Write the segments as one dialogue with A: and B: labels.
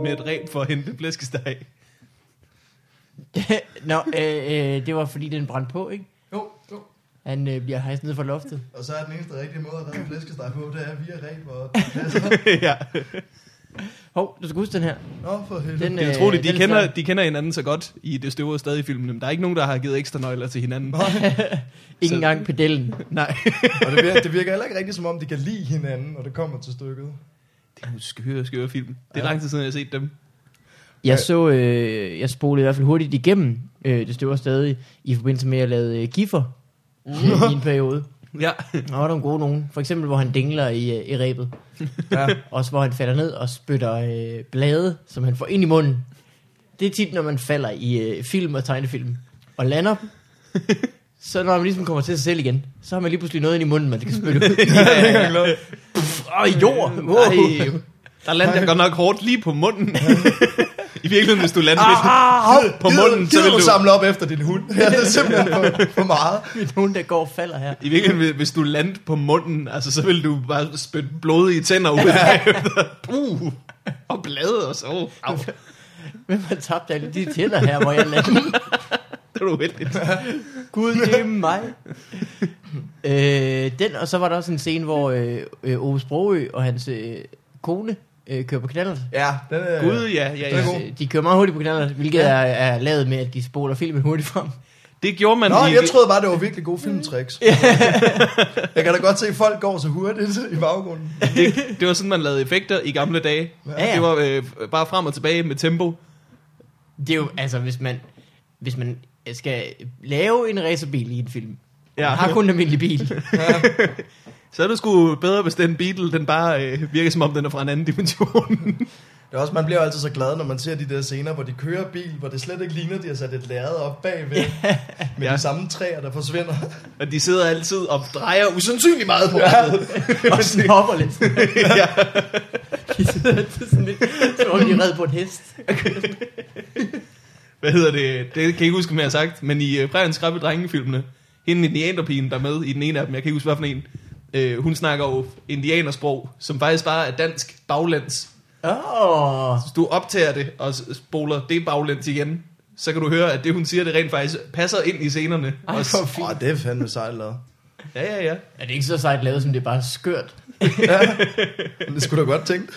A: at hente flæskesteg.
B: Nå, øh, øh, det var fordi, den brændte på, ikke?
C: Jo, jo.
B: Han øh, bliver hejst ned fra loftet.
C: Og så er den eneste rigtige måde at lave flæskesteg på, det er via ren, hvor
A: ja.
B: Hov, du skal huske den her.
C: Nå, for helvede.
B: Den,
A: Øh, Det er utroligt, de,
B: den er
A: kender,
B: flot.
A: de kender hinanden så godt i det støvede stadig filmen. Men der er ikke nogen, der har givet ekstra nøgler til hinanden.
B: Ikke
A: så-
B: engang pedellen.
A: Nej.
C: og det virker, det virker heller ikke rigtigt, som om de kan lide hinanden, når det kommer til stykket.
A: Det er en skøre, skøre film. Det er
C: Ja.
A: lang tid siden, jeg har set dem.
B: Jeg så, øh, jeg spolede i hvert fald hurtigt igennem, øh, det støver stadig, i forbindelse med, at jeg lavede øh, giffer
A: Mm.
B: øh, i en periode.
A: Ja.
B: Og der var nogle gode nogen. For eksempel, hvor han dingler i, øh, i rebet.
C: Ja.
B: Også hvor han falder ned og spytter øh, blade, som han får ind i munden. Det er tit, når man falder i øh, film og tegnefilm og lander dem. Så når man ligesom kommer til sig selv igen, så har man lige pludselig noget ind i munden, man kan spytte ud.
A: ja, ja.
B: Åh, jord! Ej,
A: Der landte jeg godt nok hårdt lige på munden. I virkeligheden, hvis du landte lidt
B: Ah!
A: på
C: Gider-
A: munden, så
C: gider
A: vil
C: du
A: du...
C: samle op efter din hund? Ja, det er simpelthen for, for meget.
B: nogen, der går og falder her.
A: I virkeligheden, hvis- hvis du landte på munden, altså, så vil du bare spytte blodige tænder ud bagefter. Puh. Og blade og så. Au,
B: Hvem har tabt alle de tænder her, hvor jeg lander?
A: det var uheldigt.
B: Gud, det er mig. øh, den, og så var der også en scene, hvor øh, øh, Ove Sprogø og hans øh, kone øh, kører på knallert.
C: Ja, den øh, er...
A: Gud, ja, ja,
C: Det er
A: ja.
C: god.
B: Øh, De kører meget hurtigt på knallert, hvilket er, er lavet med, at de spoler filmen hurtigt frem.
A: Det gjorde man
C: Nå,
A: i...
C: jeg troede bare, det var virkelig gode filmtricks. jeg kan da godt se, at folk går så hurtigt i baggrunden.
A: det, det var sådan, man lavede effekter i gamle dage.
B: Ja, ja.
A: Det var øh, bare frem og tilbage med tempo.
B: Det er jo, altså, hvis man, hvis man skal lave en racerbil i en film, ja.
A: Ja.
B: man har kun en almindelig bil,
A: Så er det sgu bedre, hvis den Beatle, den bare øh, virker som om, den er fra en anden dimension.
C: Det er også, man bliver jo altid så glad, når man ser de der scener, hvor de kører bil, hvor det slet ikke ligner, de har sat et lærred op bagved. Med
A: Ja.
C: de samme træer, der forsvinder.
A: og de sidder altid og drejer usandsynligt meget på rattet.
B: og sådan hopper lidt.
A: ja.
B: De sidder sådan lidt, som om de er red på en hest.
A: Hvad hedder det? Det kan jeg ikke huske, om jeg har sagt. Men i øh, Brevens Skrabbe Drengefilmene, hende indianerpigen, der er med i den ene af dem, jeg kan ikke huske, hvad for en, øh, hun snakker jo indianersprog, som faktisk bare er dansk baglands.
B: Åh, oh,
A: Hvis du optager det og s- spoler det baglæns igen, så kan du høre, at det, hun siger, det rent faktisk passer ind i scenerne.
B: Ej,
A: Også-
B: hvor
C: Åh,
B: fint.
C: det er fandme sejt lavet.
A: Ja, ja, ja.
B: Er det ikke så sejt lavet, som det er bare skørt?
C: Men Det skulle du godt tænke.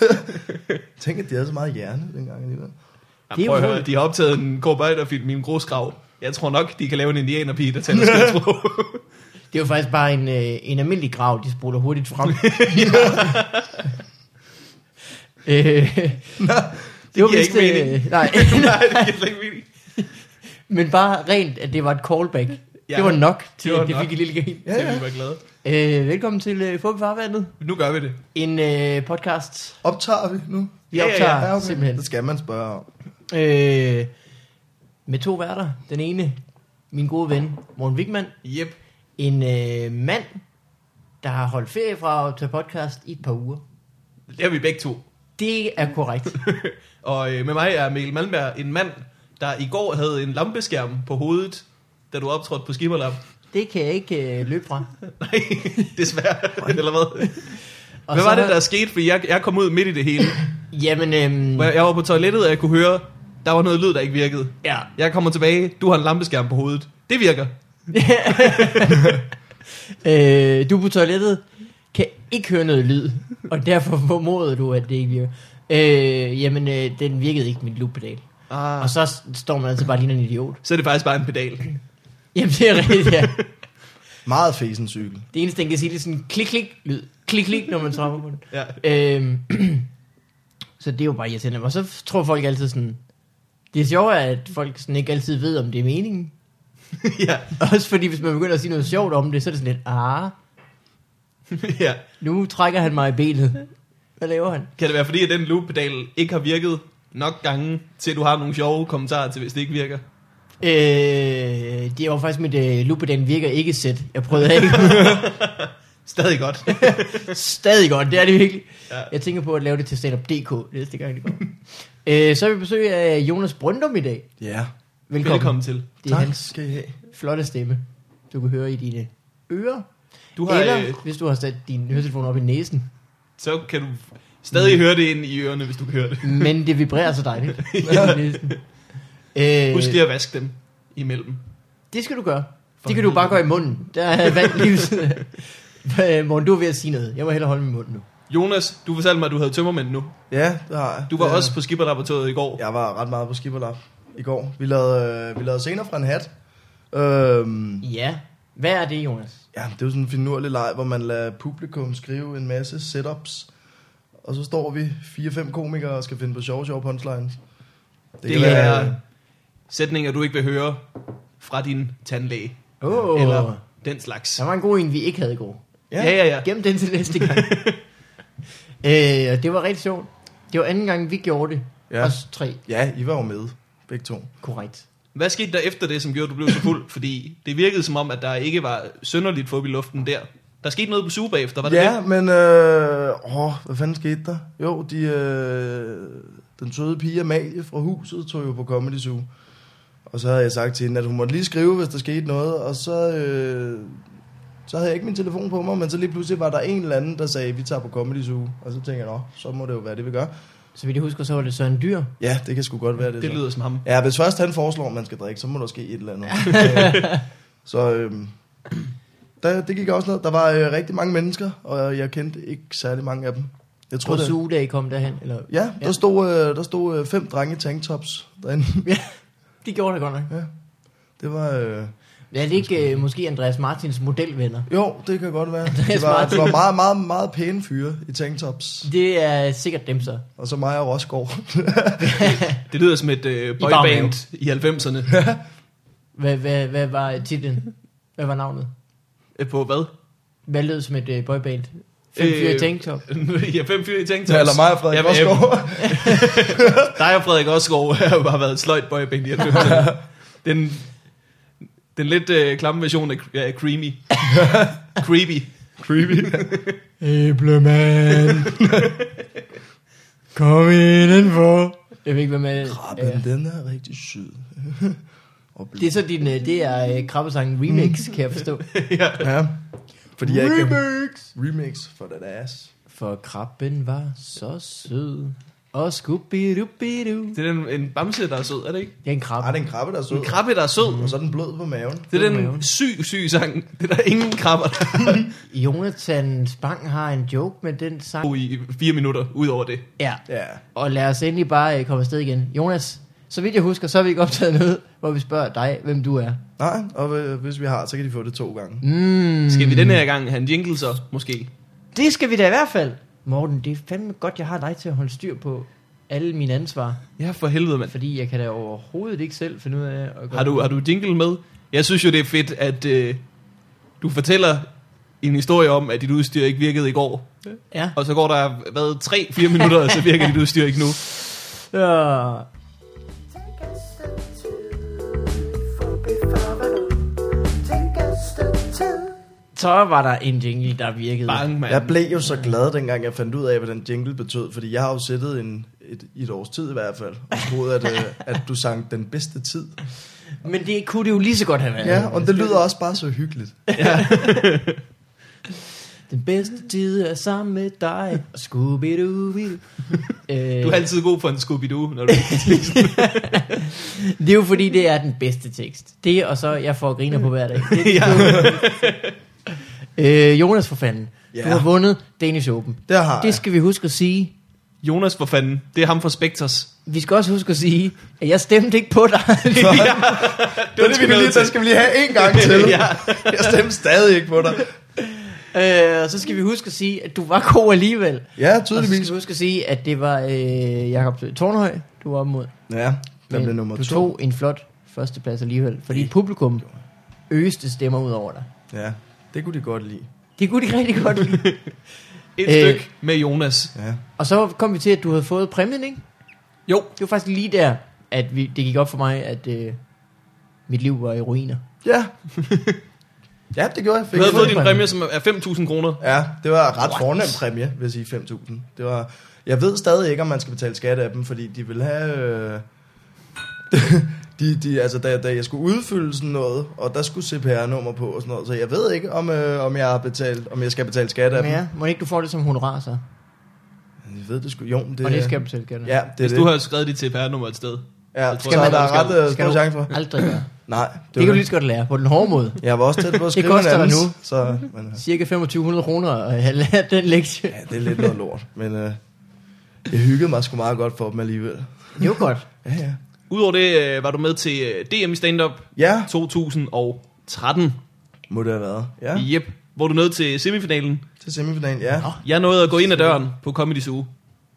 C: Tænk, at de havde så meget hjerne dengang alligevel.
A: Jamen,
B: Det er
A: prøv at
B: jo-
A: høre, de har optaget en korbejdefilm i en grusgrav. Jeg tror nok, de kan lave en indianerpige, der taler skældsprog.
B: Det er jo faktisk bare en, øh, en almindelig grav, de spoler hurtigt frem. øh, det var
A: giver
B: vist,
A: ikke mening.
B: øh,
A: Nej,
B: nej,
A: det giver slet ikke mening.
B: men bare rent, at det var et callback. Ja,
A: Ja,
B: det var nok til,
A: det var
B: at det
A: nok.
B: fik et lille grin.
A: Ja, ja. Det var glade.
B: Øh, velkommen til øh, Fup i Farvandet,
A: Nu gør vi det.
B: en øh, podcast,
C: Optager vi nu?
B: vi
A: Ja, ja, ja.
B: optager
C: Ja,
B: simpelthen.
C: Det skal man spørge om.
B: Øh, med to værter. Den ene, min gode ven, Morten Wigman.
A: Yep.
B: En øh, mand, der har holdt ferie fra at tage podcast i et par uger.
A: Det er vi begge to.
B: Det er korrekt.
A: Og øh, med mig er Mikkel Malmberg, en mand, der i går havde en lampeskærm på hovedet, da du optrådte på Skimmerlap.
B: Det kan jeg ikke øh, løbe fra.
A: Nej, desværre. Eller hvad?
B: Og
A: Hvad
B: så
A: var det,
B: har-
A: der skete? For jeg, jeg kom ud midt i det hele.
B: Jamen, øhm,
A: Hvor Jeg jeg var på toilettet, og jeg kunne høre, der var noget lyd, der ikke virkede.
B: ja.
A: Jeg kommer tilbage, du har en lampeskærm på hovedet. Det virker.
B: øh, du er på toilettet, kan ikke høre noget lyd, og derfor formoder du, at det ikke virker. Øh, jamen, øh, den virkede ikke, mit looppedal.
A: Ah.
B: Og så s- står man altså bare lige en idiot.
A: Så er det faktisk bare en pedal.
B: Jamen, det er rigtigt, ja.
C: Meget fesen cykel.
B: Det eneste, den kan sige, det er sådan en klik-klik-lyd. Klik-klik, når man trammer på den.
A: Ja.
B: Øhm, så det er jo bare irriterende. Og så tror folk altid sådan... Det sjove er, at folk sådan ikke altid ved, om det er meningen.
A: ja.
B: Også fordi, hvis man begynder at sige noget sjovt om det, så er det sådan lidt, ah,
A: ja.
B: nu trækker han mig i benet. Hvad laver han?
A: Kan det være fordi, at den loop-pedal ikke har virket nok gange, til du har nogle sjove kommentarer til, hvis det ikke virker?
B: Øh, det var faktisk mit øh, lupedal virker ikke sæt. Jeg prøvede af.
A: Stadig godt.
B: Stadig godt, det er det virkelig. Ja.
A: Ja.
B: Jeg tænker på at lave det til standup.dk næste gang det går. øh, så er vi besøg af Jonas Brøndum i dag.
C: Ja.
B: Velkommen.
A: Velkommen til.
B: Det er
C: Tak
B: hans
C: skal I have.
B: flotte stemme, du kan høre i dine ører.
A: Du har,
B: Eller
A: øh,
B: hvis du har sat din høretelefon op i næsen.
A: så kan du Stadig hør det ind i ørerne, hvis du kan høre det.
B: Men det vibrerer så dejligt. øh,
A: Husk lige at vaske dem imellem.
B: det skal du gøre.
A: For
B: Det kan du bare gøre
A: helvede.
B: i munden. Der er vand lige ved siden af. Øh, Morten, du er ved at sige noget. Jeg må hellere holde min mund nu.
A: Jonas, du fortalte mig, at du havde tømmermænd nu.
C: Ja, det har jeg.
A: Du var
C: Det-
A: også på skipperlaboratoriet i går.
C: Jeg var ret meget på Skipperlap i går. Vi lavede, øh, vi lavede scener fra en hat. Øhm,
B: Ja. Hvad er det, Jonas?
C: ja, det er jo sådan en finurlig leg, hvor man lader publikum skrive en masse setups. Og så står vi 4-5 komikere og skal finde på sjove, sjove punchlines.
A: Det
C: kan
A: er-
C: være-
A: Sætninger, du ikke vil høre fra din tandlæge.
B: Oh.
A: Eller den slags.
B: Der var en god en, vi ikke havde i går.
A: Ja, ja, ja.
B: Gem den til næste gang. øh, og det var rigtig sjovt. Det var anden gang, vi gjorde det. Ja.
C: ja.
B: Os tre.
C: ja, I var jo med, begge to.
B: Korrekt.
A: Hvad skete der efter det, som gjorde, at du blev så fuld? Fordi det virkede som om, at der ikke var synderligt fup i luften der. Der skete noget på suge bagefter, var det
C: ja,
A: det?
C: men... Øh, åh, hvad fanden skete der? Jo, de, øh, den søde pige Amalie fra huset tog jo på Comedy Zoo. Og så havde jeg sagt til hende, at hun måtte lige skrive, hvis der skete noget. Og så, øh, så havde jeg ikke min telefon på mig, men så lige pludselig var der en eller anden, der sagde, vi tager på Comedy Zoo. Og så tænkte jeg, nå, så må det jo være det, vi gør.
B: Så vidt jeg husker, så var det Søren Dyr.
C: Ja, det kan sgu godt være det.
A: Det
C: så.
A: lyder som ham.
C: Ja, hvis først han foreslår, at man skal drikke, så må der ske et eller andet. så øhm, der, det gik også ned. Der var øh, rigtig mange mennesker, og jeg kendte ikke særlig mange af dem. Jeg
B: Tror
C: tror,
B: du,
C: det,
B: Suda, I kom derhen? Eller?
C: ja, der
B: Ja.
C: stod, øh, der stod øh, fem drenge i tanktops derinde.
B: De gjorde det godt nok.
C: ja, det var... Øh,
B: Er det ikke øh, måske Andreas Martins modelvenner?
C: jo, det kan godt være.
B: Andreas
C: Det var,
B: Martin.
C: det var meget, meget, meget pæne fyre i tanktops.
B: Det er sikkert dem så.
C: Og så mig og Rosgaard.
A: Det lyder som et øh,
B: barmave.
A: boyband i, 90'erne.
B: Hvad, hvad, hvad var titlen? Hvad var navnet?
A: Øh, på hvad?
B: Hvad lød som et øh, boyband? Fem
A: Øh,
B: fyre i tanktop.
A: ja, fem fyre i tænkte
C: Eller mig og Frederik
A: Jamen,
C: Rosgaard.
A: Dig og Frederik Osgaard har bare været et sløjt boyband i 90'erne. Den, den lidt øh, klamme version af ja, Creamy. Creepy. Creepy.
B: Æbleman. Kom indenfor. Jeg ved ikke, hvad med...
C: Krabben, den er rigtig sød. Og blød.
B: Det er så din, øh, det er øh, krabbesangen remix, kan jeg forstå.
A: ja.
C: Ja. Fordi jeg ikke...
B: remix!
C: Remix for that ass.
B: For krabben var så sød. Og skubidubidu.
A: Det er den, en bamse, der er sød, er det ikke?
B: Det er en krabbe.
C: Ah, det er en krabbe, der er sød.
A: En krabbe, der er sød.
C: Og så er den blød på maven.
A: Det er
B: Sød
A: den
B: maven.
A: syg, syg sang. Det er der ingen krabber, der
B: Jonathan Spang har en joke med den sang.
A: er i fire minutter ud over det.
B: Ja,
C: Ja.
B: og lad os endelig bare øh, komme afsted igen. Jonas, så vidt jeg husker, så har vi ikke optaget noget, hvor vi spørger dig, hvem du er.
C: Nej, og øh, hvis vi har, så kan de få det to gange.
B: Mm.
A: Skal vi den
C: Hmm.
A: her gang have en jingle så, måske?
B: Det skal vi da i hvert fald. Morten, det er fandme godt, jeg har dig til at holde styr på alle mine ansvar.
A: Ja, for helvede, mand.
B: Fordi jeg kan da overhovedet ikke selv finde ud af at gøre
A: Har du, har du jingle med? Jeg synes jo, det er fedt, at øh, du fortæller en historie om, at dit udstyr ikke virkede i går.
B: Ja.
A: Og så går der, hvad, 3-4 minutter, og så virker dit udstyr ikke nu.
B: ja.
D: Take a step two for before Take a step two.
B: Så var der en jingle, der virkede.
A: Bang, mand.
C: Jeg blev jo så glad, dengang jeg fandt ud af, hvad den jingle betød, fordi jeg har jo siddet en, et, i et års tid i hvert fald, og troet, at, øh, at du sang den bedste tid.
B: Men det kunne det jo lige så godt have været.
C: Ja, og det lyder også bare så hyggeligt.
B: Den bedste tid er sammen med dig. scooby doo øh,
A: Du er altid god for en Scooby-Doo, når du...
B: Det er jo fordi, det er den bedste tekst. Det og så, jeg får griner på hver dag.
C: Mm.
B: Det, det, ja. øh, Jonas for fanden.
C: Ja.
B: Du har vundet Danish Open.
C: Det har
B: Det skal vi huske at sige.
A: Jonas, for fanden. Det er ham fra Spectres.
B: Vi skal også huske at sige, at jeg stemte ikke på dig.
A: ja, det
C: jeg. Det, skal vi lige, den skal vi lige have en gang til.
A: ja.
C: Jeg stemte stadig ikke på dig.
B: øh, og så skal vi huske at sige, at du var god alligevel.
C: Ja,
B: Og så skal
C: tydeligvis.
B: vi huske at sige, at det var øh, Jakob Tornhøj, du var op mod.
C: Ja, den blev
B: Men
C: nummer
B: du
C: to.
B: tog en flot førsteplads alligevel, fordi publikum øste stemmer ud over dig.
C: Ja, det kunne de godt lide.
B: Det kunne de rigtig godt lide.
A: Et
B: Øh.
A: stykke med Jonas.
C: Ja.
B: Og så kom vi til, at du havde fået præmien, ikke?
A: Jo.
B: Det var faktisk lige der, at vi, det gik op for mig, at øh, mit liv var i ruiner.
C: Ja. ja, det gjorde jeg. Fik
A: Du havde
C: en-
A: fået din præmie, som er 5.000 kroner.
C: Ja, det var en ret fornem præmie, vil jeg sige, 5.000. Det var, jeg ved stadig ikke, om man skal betale skat af dem, fordi de vil have... Øh, de, de, altså, da, da jeg skulle udfylde sådan noget, og der skulle CPR-nummer på og sådan noget, så jeg ved ikke, om, øh, om, jeg, har betalt, om jeg skal betale skat af
B: Men
C: dem.
B: ja, må ikke du får det som honorar så?
C: Det Jeg ved det sgu. Jo, men det,
B: Og det skal jeg betale gerne.
C: Ja, det er
A: Hvis
C: det.
A: du har skrevet dit CPR-nummer et sted.
C: ja,
A: det
C: så
A: tror
C: er
A: jeg,
C: der
A: man skal-
C: ret øh, stor chance for.
B: aldrig gøre. Det,
C: Nej,
B: det kan
C: var-
B: du lige så godt lære på den hårde måde.
C: Jeg var også tæt på at
B: Det
C: skrive
B: koster
C: en
B: dig
C: anden,
B: nu.
C: så, men, øh,
B: Cirka 2500 kroner at have lært den lektie.
C: ja, det er lidt noget lort. Men øh, jeg hyggede mig sgu meget godt for dem alligevel.
B: Det var godt.
C: Ja, ja.
A: Udover det øh, var du med til øh, DM i stand-up
C: Ja,
A: 2013.
C: må det have været. Ja,
A: Ja. Yep. Hvor du nåede til semifinalen.
C: til semifinalen, ja.
A: Jeg nåede at gå ind ad døren på Comedy Zoo.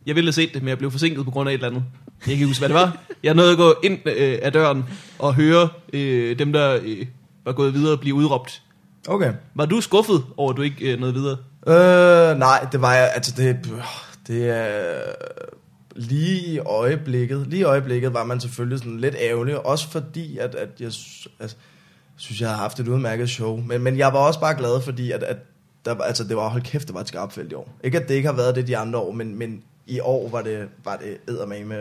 A: Jeg ville have set det, men jeg blev forsinket på grund af et eller andet. Jeg kan ikke huske, hvad det var. Jeg nåede at gå ind øh, ad døren og høre øh, dem, der øh, var gået videre, blive udråbt.
C: Okay.
A: Var du skuffet over, at du ikke øh, nåede videre?
C: Øh, nej, det var jeg, altså det, øh, det er lige i øjeblikket, lige i øjeblikket var man selvfølgelig sådan lidt ærgerlig, også fordi, at, at jeg sy- altså, synes, jeg har haft et udmærket show, men, men jeg var også bare glad, fordi at, at der, var- altså, det var, hold kæft, det var et skarpt felt i år. Ikke at det ikke har været det de andre år, men, men i år var det, var det eddermame med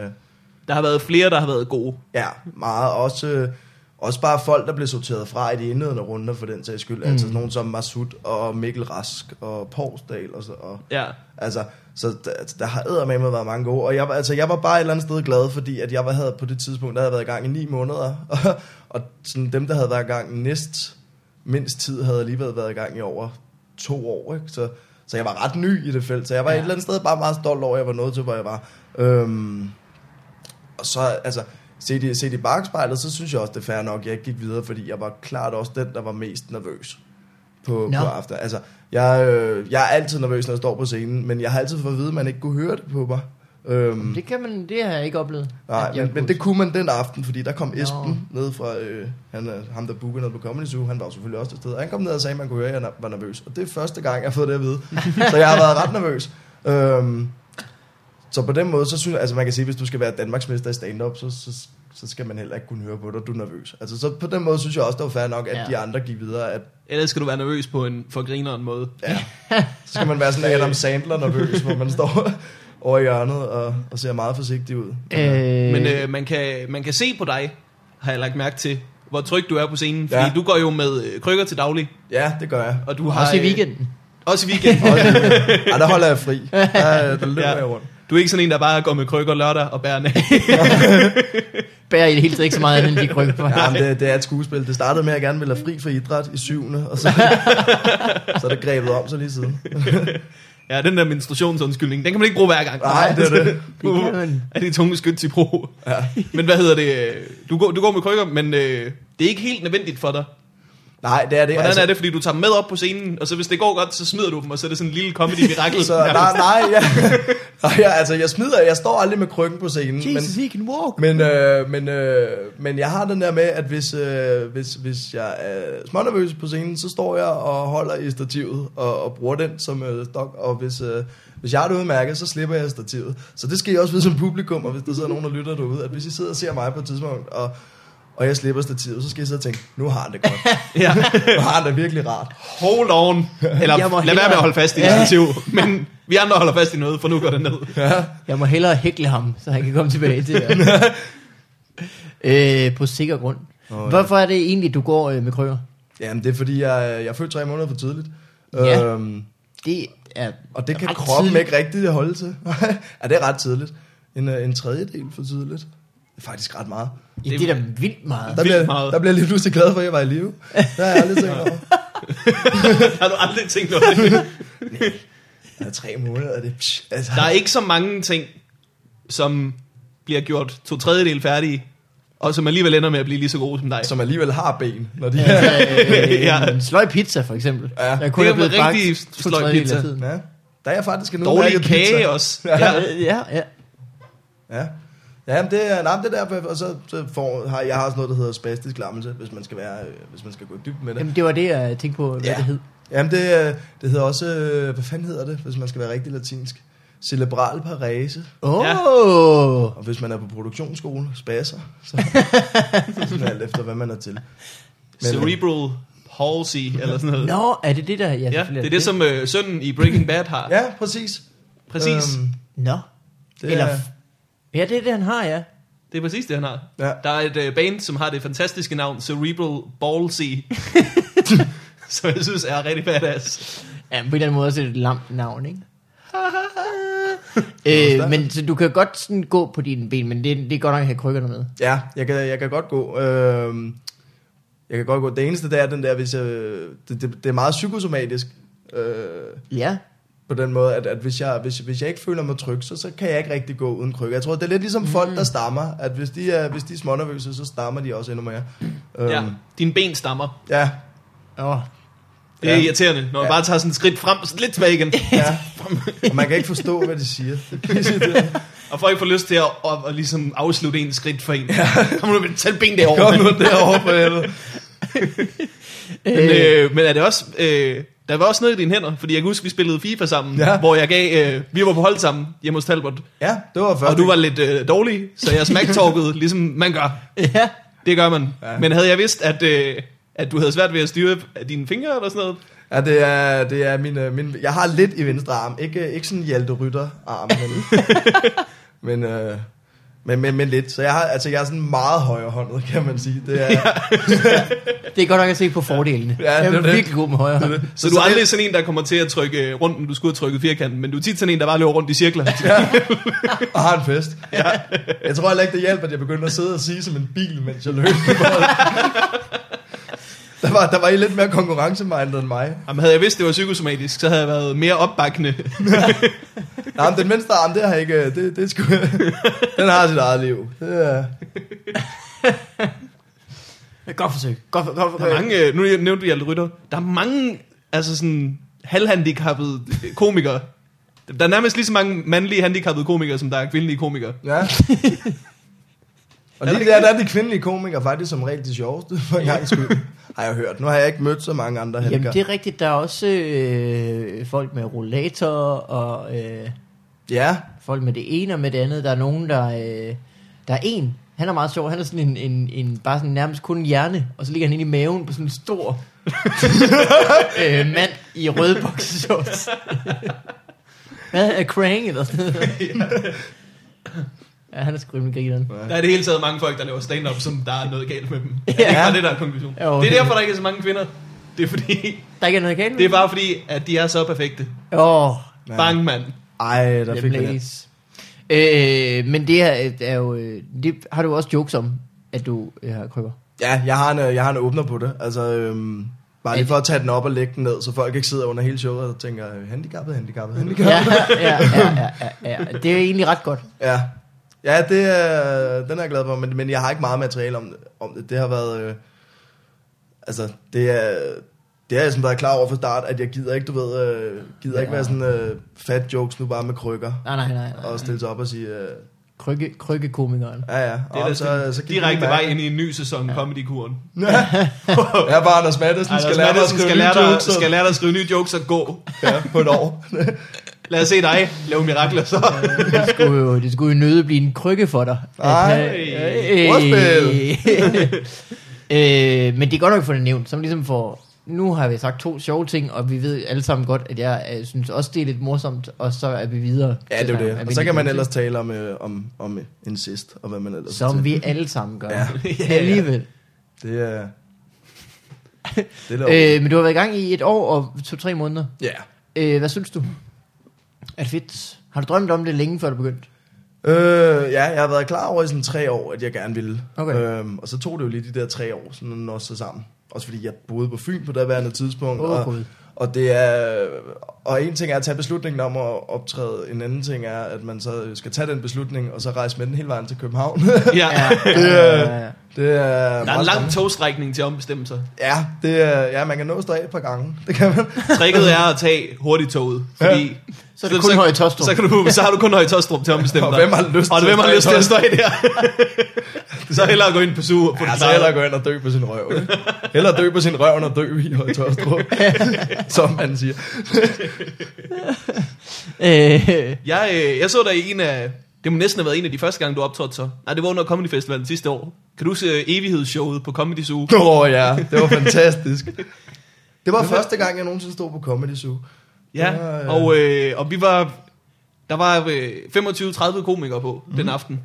A: Der har været flere, der har været gode.
C: Ja, meget. Også, øh, også bare folk, der blev sorteret fra i de indledende runder, for den sags skyld. Mm. Altså nogen som Masud og Mikkel Rask og Porsdal. Og, så, og,
A: Ja.
C: altså, så der, altså, der har eddermame været mange gode. Og jeg, var- altså, jeg var bare et eller andet sted glad, fordi at jeg var, havde på det tidspunkt, der havde jeg været i gang i ni måneder. Og, og sådan, dem, der havde været i gang næst mindst tid, havde alligevel været i gang i over to år. Ikke? Så, så jeg var ret ny i det felt. Så jeg var ja. et eller andet sted bare meget stolt over, at jeg var nået til, hvor jeg var. Øhm, og så, altså, set i, set i bagspejlet, så synes jeg også, det er fair nok, jeg ikke gik videre, fordi jeg var klart også den, der var mest nervøs på,
B: Nå.
C: no. på aften. Altså, jeg, øh, jeg er altid nervøs, når jeg står på scenen, men jeg har altid fået at vide, at man ikke kunne høre det på mig. Øhm,
B: Det kan man, det har jeg ikke oplevet.
C: nej,
B: at jeg
C: men, men
B: kunne.
C: det kunne man den aften, fordi der kom Esben ned fra, øh, han, er- ham der bookede noget på Comedy Zoo, han var jo selvfølgelig også til stede. Han kom ned og sagde, at man kunne høre, at jeg ner- var nervøs. Og det er første gang, jeg har fået det at vide. så jeg har været ret nervøs. Øhm, så på den måde, så synes jeg, altså man kan sige, hvis du skal være Danmarksmester i stand-up, så, så, så skal man heller ikke kunne høre på dig, du er nervøs. Altså så på den måde synes jeg også, det var fair nok, at
B: Ja.
C: ja. de andre gik videre, at
A: Ellers skal du være nervøs på en for grineren måde.
C: så skal man være sådan Adam Sandler nervøs, hvor man står over i hjørnet og, og ser meget forsigtig ud.
B: Øh,
A: Men øh, man, kan, man kan se på dig, har jeg lagt mærke til, hvor tryg du er på scenen. Fordi
C: Ja.
A: du går jo med øh, krykker til daglig,
C: Ja, det gør jeg.
A: og du har...
B: også i
A: øh,
B: weekenden.
A: Også i weekend.
C: Også, ja, der holder jeg fri. Der, der løber
A: Ja.
C: ja. jeg rundt.
A: Du er ikke sådan en, der bare går med krykker lørdag og bærer ned.
B: Bærer i det hele taget ikke så meget andet, end de krykker på.
C: Ja, men det, det er et skuespil. Det startede med, at jeg gerne ville have fri for idræt i syvende, og så, så er det grebet om så lige siden.
A: Ja, den der menstruationsundskyldning, den kan man ikke bruge hver gang. Uh,
C: Nej, det er det.
B: Det kan man.
A: Er det tunge skyt til brug? Ja. Men hvad hedder det? øh, Du går, du går med krykker, men øh, det er ikke helt nødvendigt for dig.
C: Nej, det er det. altså.
A: Hvordan er det? Fordi du tager dem med op på scenen, og så hvis det går godt, så smider du dem, og så er det sådan en lille comedy mirakel.
C: Så, nej, nej, ja. nej ja, altså, jeg smider, jeg står aldrig med krykken på scenen.
B: Jesus, he can walk.
C: Men, men, øh, men, øh, men jeg har den der med, at hvis, øh, hvis, hvis jeg er smånervøs på scenen, så står jeg og holder i stativet og, og bruger den som øh, stok. Og hvis, øh, hvis jeg har det udmærket, så slipper jeg stativet. Så det skal I også vide som publikum, og hvis der sidder nogen og lytter derude, at hvis I sidder og ser mig på et tidspunkt, og, og jeg slipper stativet, så skal I sidde og tænke, nu har han det godt.
A: ja.
C: Nu har han det virkelig rart.
A: Hold on. Eller lad
B: Jeg må
A: hellere... være
B: hellere-
A: med at holde fast i
B: Ja.
A: ja. stativ. Men vi andre holder fast i noget, for nu går det ned.
B: Jeg må hellere hækle ham, så han kan komme tilbage til jer. øh, på sikker grund.
C: Åh, ja.
B: Hvorfor er det egentlig, du går øh, med krykker?
C: Jamen, det er fordi, jeg, jeg er født tre måneder for tidligt.
B: Ja.
C: Øhm,
B: Det er
C: Og det kan
B: ret
C: kroppen
B: tidligt.
C: ikke rigtig holde til. ja, det er ret tidligt. En, øh, en tredjedel for tidligt. Det er faktisk ret meget.
B: Ja, det er da vildt meget.
C: Der
A: Vildt
C: bliver,
A: meget.
C: der bliver jeg lige pludselig glad for, at jeg var i live. Der er jeg aldrig tænkt over.
A: Har du aldrig tænkt over det?
C: Ja, tre måneder er det. Psh, altså.
A: Der er ikke så mange ting, som bliver gjort to tredjedel færdige, og som alligevel ender med at blive lige så gode som dig.
C: Som alligevel har ben, når de ja.
B: Altså, øh,
A: Ja.
B: En sløj pizza, for eksempel.
C: Ja.
B: Der
A: Det
B: kunne
A: er
B: jeg blevet
A: en rigtig
B: bagt to
A: sløj
B: tredjedele
A: pizza.
B: af tiden.
C: ja. Der er jeg faktisk en
A: Dårlig
C: udmærket pizza.
A: kage også.
B: Ja, øh,
A: Ja.
B: ja, ja.
C: Ja. Ja, jamen det, er, nej, men det er derfor, og så, så får, har jeg har også noget, der hedder spastisk lammelse, hvis man skal, være, øh, hvis man skal gå i dybden med det.
B: Jamen, det var det, jeg tænkte på, hvad
C: Ja.
B: det hed.
C: Jamen det, øh, det hedder også, øh, hvad fanden hedder det, hvis man skal være rigtig latinsk? Cerebral parese.
B: Åh!
A: Ja.
B: Oh.
C: Og hvis man er på produktionsskole, spasser, så så sådan alt efter, hvad man er til. Men, øh,
A: Cerebral palsy, eller sådan noget.
B: Nå, er det det, der... Ja,
A: Ja,
B: selvfølgelig
A: det er det, som øh, sønnen i Breaking Bad har. Ja.
C: Ja, præcis.
A: Præcis.
C: Øhm,
B: Nå.
C: det
B: Eller...
C: er,
B: Ja, det er det, han har, ja.
A: Det er præcis det, han har.
C: Ja.
A: Der er et øh, band, som har det fantastiske navn Cerebral Ballsy. som jeg synes er rigtig badass.
B: Ja, på en eller anden måde så er det et lamt navn, ikke? øh, men så du kan godt sådan gå på dine ben, men det, det er godt nok at have krykkerne med.
C: Ja, jeg kan, jeg kan godt gå. Øh, jeg kan godt gå. Det eneste, det er den der, hvis jeg, det, det, det er meget psykosomatisk. Øh,
B: Ja,
C: på den måde, at, at hvis, jeg, hvis, hvis jeg ikke føler mig tryg, så, så kan jeg ikke rigtig gå uden krykker. Jeg tror, det er lidt ligesom mm. folk, der stammer, at hvis de er, hvis de er smånervøse, så stammer de også endnu mere. Øhm,
A: Ja, dine ben stammer.
C: ja.
B: oh,
A: Det er
C: Ja.
A: irriterende, når man
C: Ja.
A: bare tager sådan et skridt frem, og sådan lidt tilbage igen.
C: ja. Og man kan ikke forstå, hvad de siger. Det er pisse irriterende.
A: Og folk får lyst til at, at, at ligesom afslutte en skridt for en. Ja. Kom nu med tæt ben derovre.
C: Kom nu derovre for helvede.
A: Men, øh, men er det også... Øh, der var også noget i dine hænder, fordi jeg kan huske, vi spillede FIFA sammen, ja.
C: Ja.
A: hvor jeg gav... Øh, vi var på hold sammen hjemme hos Talbot,
C: Ja, det var først.
A: og du var lidt øh, dårlig, så jeg smacktalkede, ligesom man gør.
B: ja.
A: Det gør man. Ja.
C: Ja.
A: Men havde jeg vidst, at, øh, at du havde svært ved at styre dine fingre eller sådan noget?
C: Ja, det er, det er min, øh, min... Jeg har lidt i venstre arm. Ikke, ikke sådan Hjalte Rytter-arm, men... men, øh, men, men, men lidt. Så jeg, har, altså, jeg er sådan meget højrehåndet, kan man sige. Det er, ja,
B: Det er godt nok at se på fordelene.
C: Ja,
B: Ja, det er
C: det er det.
B: virkelig god med højre hånd.
A: Så, så du er aldrig sådan en, der kommer til at trykke øh, rundt, når du skulle have trykket firkanten, men du er tit sådan en, der bare løber rundt i cirkler.
C: og har en fest. Ja. Jeg tror heller ikke, det hjælper, at jeg begyndte at sidde og sige som en bil, mens jeg løb. der, var, der var I lidt mere konkurrencemindet end mig.
A: Jamen, havde jeg vidst, det var psykosomatisk, så havde jeg været mere opbakkende.
C: Nej, men den venstre arm, det har jeg ikke... Det, det er sgu, den har sit eget liv. Det er,
B: Godt forsøg. Godt, for- godt,
A: Der er
B: godt.
A: mange, øh, nu nævnte du Hjalte Rytter, der er mange, altså sådan, halvhandicappede øh, komikere. Der er nærmest lige så mange mandlige handicappede komikere, som der er kvindelige komikere.
C: Ja. Og lige der, der er de kvindelige komikere faktisk som regel de sjoveste, for en gang skyld. Har jeg hørt. Nu har jeg ikke mødt så mange andre
B: Jamen,
C: handicap.
B: det er rigtigt. Der er også øh, folk med rollator og øh,
C: Ja,
B: folk med det ene og med det andet. Der er nogen, der... Øh, der er en. Han er meget sjov. Han er sådan en, en, en bare sådan nærmest kun en hjerne, og så ligger han inde i maven på sådan en stor øh, mand i røde bokseshorts. Hvad er Krang eller sådan noget? ja, han er sgu rimelig grineren.
A: Der er i det hele taget mange folk, der laver stand-up, som der er noget galt med dem. Ja. Det
B: Ja.
A: er bare det, der er konklusion.
B: Jo,
A: det
B: det-
A: er derfor, der ikke er så mange kvinder. Det er fordi,
B: Der er ikke noget galt med
A: det er bare fordi, at de er så perfekte.
B: Åh,
C: Ja.
A: Bang, mand.
C: ej, der
B: dem
C: fik man
B: ladies. Øh, men det her øh, er jo, øh, det har du også jokes om, at du øh, har krykker.
C: Ja, jeg har en, øh, jeg har en åbner på det. Altså, øhm, bare lige for at tage den op og lægge den ned, så folk ikke sidder under hele showet og tænker, øh, handicappet, handicappet, handicappet.
B: Ja, ja, ja, ja, ja, ja, det er egentlig ret godt.
C: Ja. Ja, det er, den er jeg glad for, men, men jeg har ikke meget materiale om, om det. Det har været... Øh, altså, det er... Det har jeg sådan været klar over fra start, at jeg gider ikke, du ved, øh, gider ja. ikke
B: Ja.
C: være sådan øh, fat jokes nu bare med krykker.
B: Nej, nej, nej. nej.
C: Og stille sig op og sige, øh,
B: Krykke, krykkekomikeren.
C: ja ja,
A: Det er
C: og
A: der sådan direkte vej ind i en ny sæson ja. Comedy-kuren. Altså,
C: Jeg er bare Anders Mattesen,
A: Ej,
C: skal
A: Lars
C: lære mig at
A: Mattesen
C: skrive
A: skal lære dig
C: jokes
A: skal lære dig at skrive nye jokes og gå.
C: ja, på et år.
A: Lad os se dig lave mirakler så.
B: Det skulle jo, det skulle jo nøde blive en krykke for dig.
C: Ej,
B: øh,
C: ordspil.
B: øh, men det er godt nok for det nævnt, som ligesom for, nu har vi sagt to sjove ting, og vi ved alle sammen godt, at jeg øh, synes også, det er lidt morsomt, og så er vi videre.
C: ja, det er
B: Eller
C: jo det. Og
B: vi
C: så kan man
B: videre.
C: ellers tale om, øh, om, om incest, og hvad man ellers
B: Som
C: til.
B: vi alle sammen gør.
C: Ja.
B: ja, alligevel.
C: Det er... Det er øh,
B: Øh, men du har været i gang i et år og to-tre måneder.
C: ja.
B: Øh, hvad synes du? Er det fedt? Har du drømt om det længe, før du begyndte?
C: Øh, ja, jeg har været klar over i sådan tre år, at jeg gerne ville.
B: Okay.
C: Øhm, og så tog det jo lige de der tre år, sådan at nå sig sammen. Også fordi jeg boede på Fyn på daværende tidspunkt.
B: Åh,
C: og,
B: Gud.
C: og, det er, og en ting er at tage beslutningen om at optræde, en anden ting er, at man så skal tage den beslutning, og så rejse med den hele vejen til København.
A: Ja.
B: ja,
C: det er
A: Der er en lang
C: meget spændende.
A: togstrækning til at ombestemme sig.
C: Ja, det er, ja, man kan nå at stå af et par gange. Det kan man.
A: Tricket er at tage hurtigt toget, fordi... Ja.
B: Så er det kun Høje Taastrup.
A: Så, kan du, så har du kun Høje Tostrup til at ombestemme
C: Og
A: dig.
C: hvem har lyst
A: og
C: til
A: hvem
C: at
A: har
C: stå i
A: lyst til at stå i der? så hellere at gå ind på suge og få
C: Ja,
A: det
C: så hellere
A: klaret.
C: gå ind og dø på sin røv. ikke? Hellere dø på sin røv, end at dø i Høje Taastrup, som man siger.
B: øh,
A: Jeg, øh, jeg så dig i en af... Det må næsten have været en af de første gange, du optrådte så. Nej, det var under Comedy Festivalen sidste år. Kan du se øh, evighedsshowet på Comedy Zoo?
C: Nå ja, det var fantastisk. Det var første gang, jeg nogensinde stod på Comedy Zoo.
A: Ja,
C: Det var, øh,
A: og, øh, og vi var... Der var øh, 25-30 komikere på mm. den
C: Mhm.
A: aften.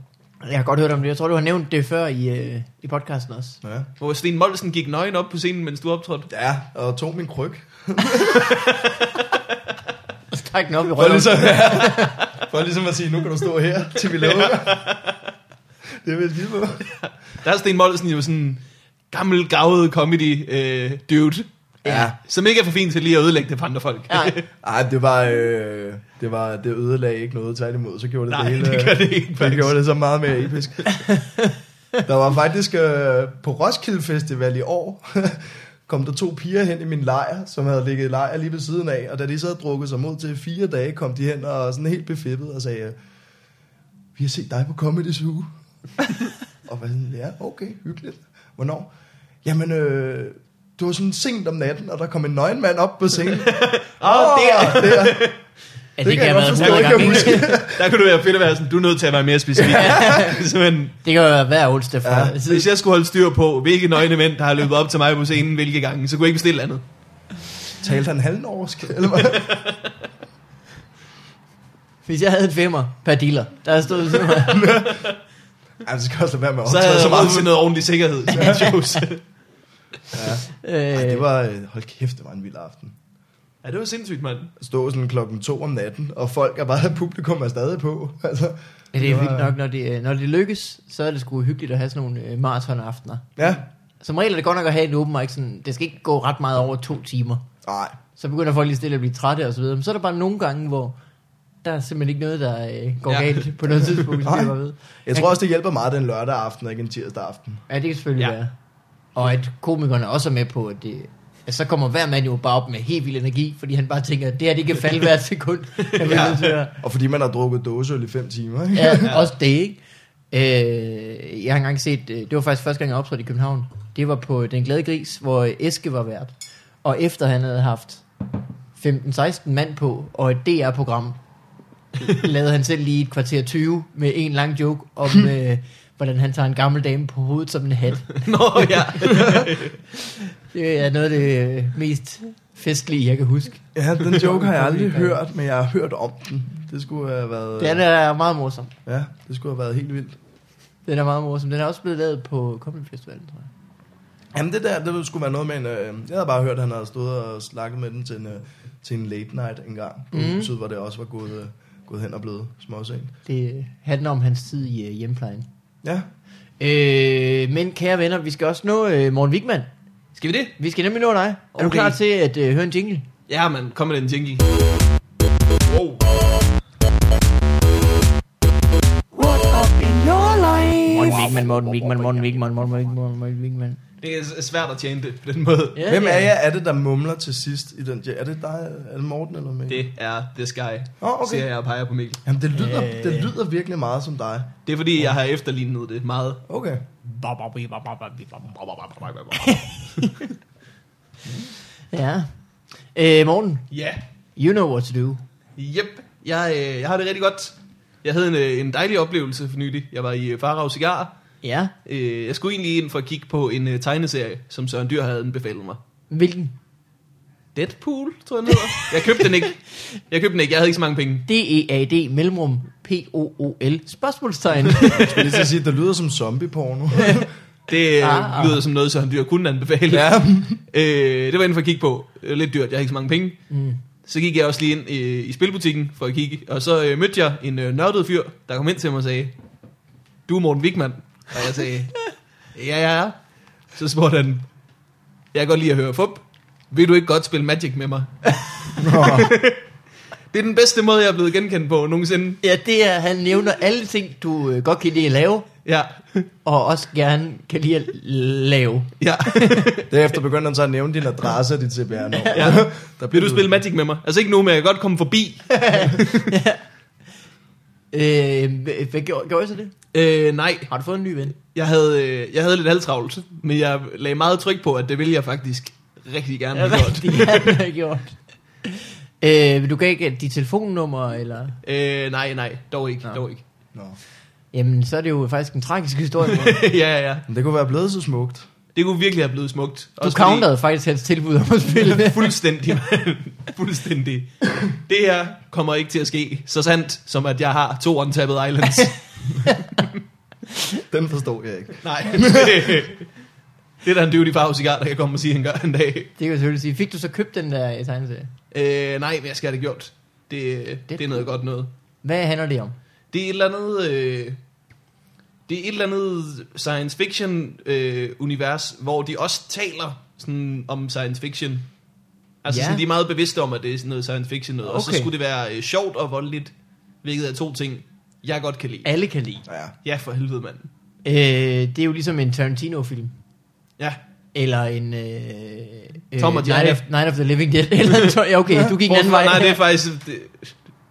B: jeg har godt hørt om det. Jeg tror, du har nævnt det før i, øh, i podcasten også.
C: Ja,
A: Hvor Sten Molsen gik nøgen op på scenen, mens du optrådte.
C: ja og tog min kryg.
B: trække den op i
C: For
B: røven.
C: ligesom, ja, for ligesom at sige, nu kan du stå her, til vi lukker. Det er vel skide på.
A: Der er Sten Mollesen jo sådan en gammel, gavet comedy øh, dude.
C: Ja.
A: Som ikke er for fin til lige at ødelægge det for andre folk.
B: Ja,
C: Ej, det var, øh, det var, det ødelagde ikke noget, tværtimod, så gjorde det
A: Nej,
C: det hele. øh,
A: det gør det ikke,
C: Det
A: faktisk.
C: gjorde det så meget mere episk. Der var faktisk øh, på Roskilde Festival i år, kom der to piger hen i min lejr, som havde ligget i lejr lige ved siden af, og da de så havde drukket sig mod til fire dage, kom de hen og sådan helt befippet og sagde, øh, vi har set dig på Comedy Zoo. og var sådan, ja, okay, hyggeligt. Hvornår? Jamen, øh, det var sådan sent om natten, og der kom en nøgen mand op på scenen. Åh, oh, der! der.
B: ja det,
C: Det kan
B: kan
C: jeg
B: have
C: godt
B: været
C: forstå,
B: hver
C: jeg kan
B: gang.
C: huske.
A: Der kunne du være fedt at være sådan, du er nødt til at være mere specifik. Simpelthen,
B: Det kan jo være hver onsdag fra.
C: Ja.
B: Ja.
A: hvis jeg skulle holde styr på, hvilke nøgne mænd, der har løbet op til mig på scenen, hvilke gange, så kunne jeg ikke bestille andet.
C: Talte han halvnorsk, eller hvad?
B: Hvis jeg havde en femmer per dealer, der stod sådan her.
C: Ej, så skal jeg også lade være med at
A: Så havde
C: optræde så
A: jeg
C: meget.
A: råd til noget ordentlig sikkerhed. Ja.
B: Øh,
C: Ej, det var, øh, hold kæft, det var en vild aften.
A: ja, det var sindssygt, mand.
C: Stå sådan klokken to om natten, og folk er bare, publikum er stadig på. Altså,
B: ja, det er
C: det var-
B: vildt nok, når det, øh, når det lykkes, så er det sgu hyggeligt at have sådan nogle øh, maratonaftener.
C: ja.
B: Som regel er det godt nok at have en open mic, sådan, det skal ikke gå ret meget over to timer.
C: Nej,
B: Så begynder folk lige stille at blive trætte og så videre. Men så er der bare nogle gange, hvor der er simpelthen ikke noget, der øh, går
A: Ja.
B: ja. galt på noget tidspunkt.
C: Nej.
B: Nej. Ved.
C: jeg tror også, det hjælper meget den lørdag aften, og ikke en tirsdag aften.
B: Ja, det kan selvfølgelig
A: Ja.
B: ja. være. Og at komikerne også er med på, at det, at så kommer hver mand jo bare op med helt vild energi, fordi han bare tænker, at det her, det kan falde hvert sekund. Jeg
C: Ja.
B: ja.
C: Og fordi man har drukket dåseøl i fem timer, ikke?
B: ja, også det, ikke? Øh, jeg har engang set, øh, det var faktisk første gang, jeg optrådte i København. Det var på Den Glade Gris, hvor øh, Eske var vært. Og efter han havde haft 15-16 mand på, og et DR-program, lavede han selv lige et kvarter 20 med en lang joke om, øh, hvordan han tager en gammel dame på hovedet som en hat.
A: Nå, ja.
B: Det er noget af det øh, mest festlige, jeg kan huske.
C: Ja, den joke har jeg aldrig hørt, men jeg har hørt om den. Det skulle have været...
B: Den er meget morsom.
C: Ja, det skulle have været helt vildt.
B: Den er meget morsom. Den er også blevet lavet på Comedy Festivalen, tror jeg.
C: Jamen det der, det skulle være noget med en... Øh, jeg havde bare hørt, at han havde stået og snakket med den til en, øh, til en late night en gang. På mm.
B: Mhm.
C: huset, hvor det også var gået, øh, gået hen og blevet småsent.
B: Det øh, handler om hans tid i øh, hjemplejen.
C: Ja,
B: Øh, men kære venner, vi skal også nå øh, Morten Wigman.
A: Skal vi det?
B: Vi skal nemlig nå dig. Er okay. du
A: Okay.
B: klar til at øh, høre en jingle?
A: Ja, mand. Kom med den jingle. Wow.
B: Morten Wigman, Morten Wigman, Morten Wigman, Morten Wigman, Morten Wigman.
A: Det er svært at tjene det på den måde.
B: Ja,
C: Hvem er
B: ja.
C: jeg, er det, der mumler til sidst i den? Er det dig? Er det Morten eller mig?
A: Det er The Sky,
C: Åh, okay.
A: siger jeg og peger på Mikkel.
C: Jamen, det lyder,
B: Øh.
C: det lyder virkelig meget som dig.
A: Det er fordi, jeg har efterlignet det meget.
C: Okay.
B: Ja. Øh, Morten,
A: Ja.
B: you know what to do.
A: Jep. Jeg, øh, jeg har det rigtig godt. Jeg havde en, øh, en dejlig oplevelse for nylig. Jeg var i øh, Farag Cigar.
B: Ja.
A: Øh, jeg skulle egentlig ind for at kigge på en øh, tegneserie, som Søren Dyr havde befalet mig.
B: Hvilken?
A: Deadpool, tror jeg den hedder. Jeg købte den ikke. Jeg købte den ikke. Jeg havde ikke så mange penge.
B: D-E-A-D, E mellemrum, P-O-O-L, spørgsmålstegn.
C: Jeg skulle lige til at sige, det lyder som zombie-porno.
A: Det
B: Ah,
A: øh,
B: ah.
A: lyder som noget, Søren Dyr kunne anbefale.
C: ja.
A: Øh, det var inden for at kigge på. Øh, Lidt dyrt, jeg har ikke så mange penge.
B: mm.
A: Så gik jeg også lige ind øh, i spilbutikken for at kigge, og så øh, mødte jeg en øh, nørdet fyr, der kom ind til mig og sagde, du er Morten Wigman. Og jeg sagde, ja, ja, ja. Så spurgte han, jeg kan godt lide at høre fup. Vil du ikke godt spille Magic med mig?
C: Nå,
A: Det er den bedste måde, jeg er blevet genkendt på nogensinde.
B: Ja, det er, han nævner alle ting, du øh, godt kan lide at lave,
A: Ja,
B: og også gerne kan lide at lave.
A: ja.
C: derefter begyndte han så at nævne din adresse og dit CPR-nummer.
A: Ja.
C: Der blev
A: Vil du spille Magic med mig? Altså ikke nu, men jeg kan godt komme forbi.
B: Øh, hvad- hvad gjorde, gjorde I så det?
A: Øh, nej,
B: Har du fået en ny ven?
A: jeg havde, øh, jeg havde lidt halvtravlt, men jeg lagde meget tryk på, at det ville jeg faktisk rigtig gerne have gjort.
B: rigtig gerne have gjort. Øh, men du gav ikke dit telefonnummer, eller?
A: Øh, nej, nej, dog ikke,
B: Nå.
A: dog ikke.
C: Nå.
B: Jamen, så er det jo faktisk en tragisk historie. Morten.
A: ja, ja, ja.
C: Men det kunne være blevet så smukt.
A: Det kunne virkelig have blevet smukt.
B: Du counterede faktisk hans tilbud om at spille.
A: Fordi, fuldstændig, mand. fuldstændig. Det her kommer ikke til at ske, så sandt som at jeg har to untapped islands.
C: Den forstod jeg ikke.
A: Nej. det er der en dude i farve cigar, der kan komme og sige, at han gør en dag.
B: Det kan jeg selvfølgelig sige. Fik du så købt den der øh, tegneserie?
A: Øh, nej, men jeg skal have det gjort. Det det, det, det er noget godt noget.
B: Hvad handler det om?
A: Det er et eller andet... Øh, det er et eller andet science fiction øh, univers, hvor de også taler sådan om science fiction. Altså
B: Ja.
A: ja. sådan, de er meget bevidste om, at det er sådan noget science fiction noget. Okay. Og så
B: Okay.
A: skulle det være øh, sjovt og voldeligt, hvilket er to ting, jeg godt kan lide.
B: Alle kan lide.
C: Ja.
A: Ja, for helvede, mand.
B: Øh, det er jo ligesom en Tarantino-film.
A: Ja,
B: Eller en... Øh, øh,
A: Tom og
B: Night
A: Jerry.
B: of, Night of the Living Dead. Eller, en to- ja, okay, du gik en anden vej.
A: Hvorfor? Nej, det er faktisk... øh, Det,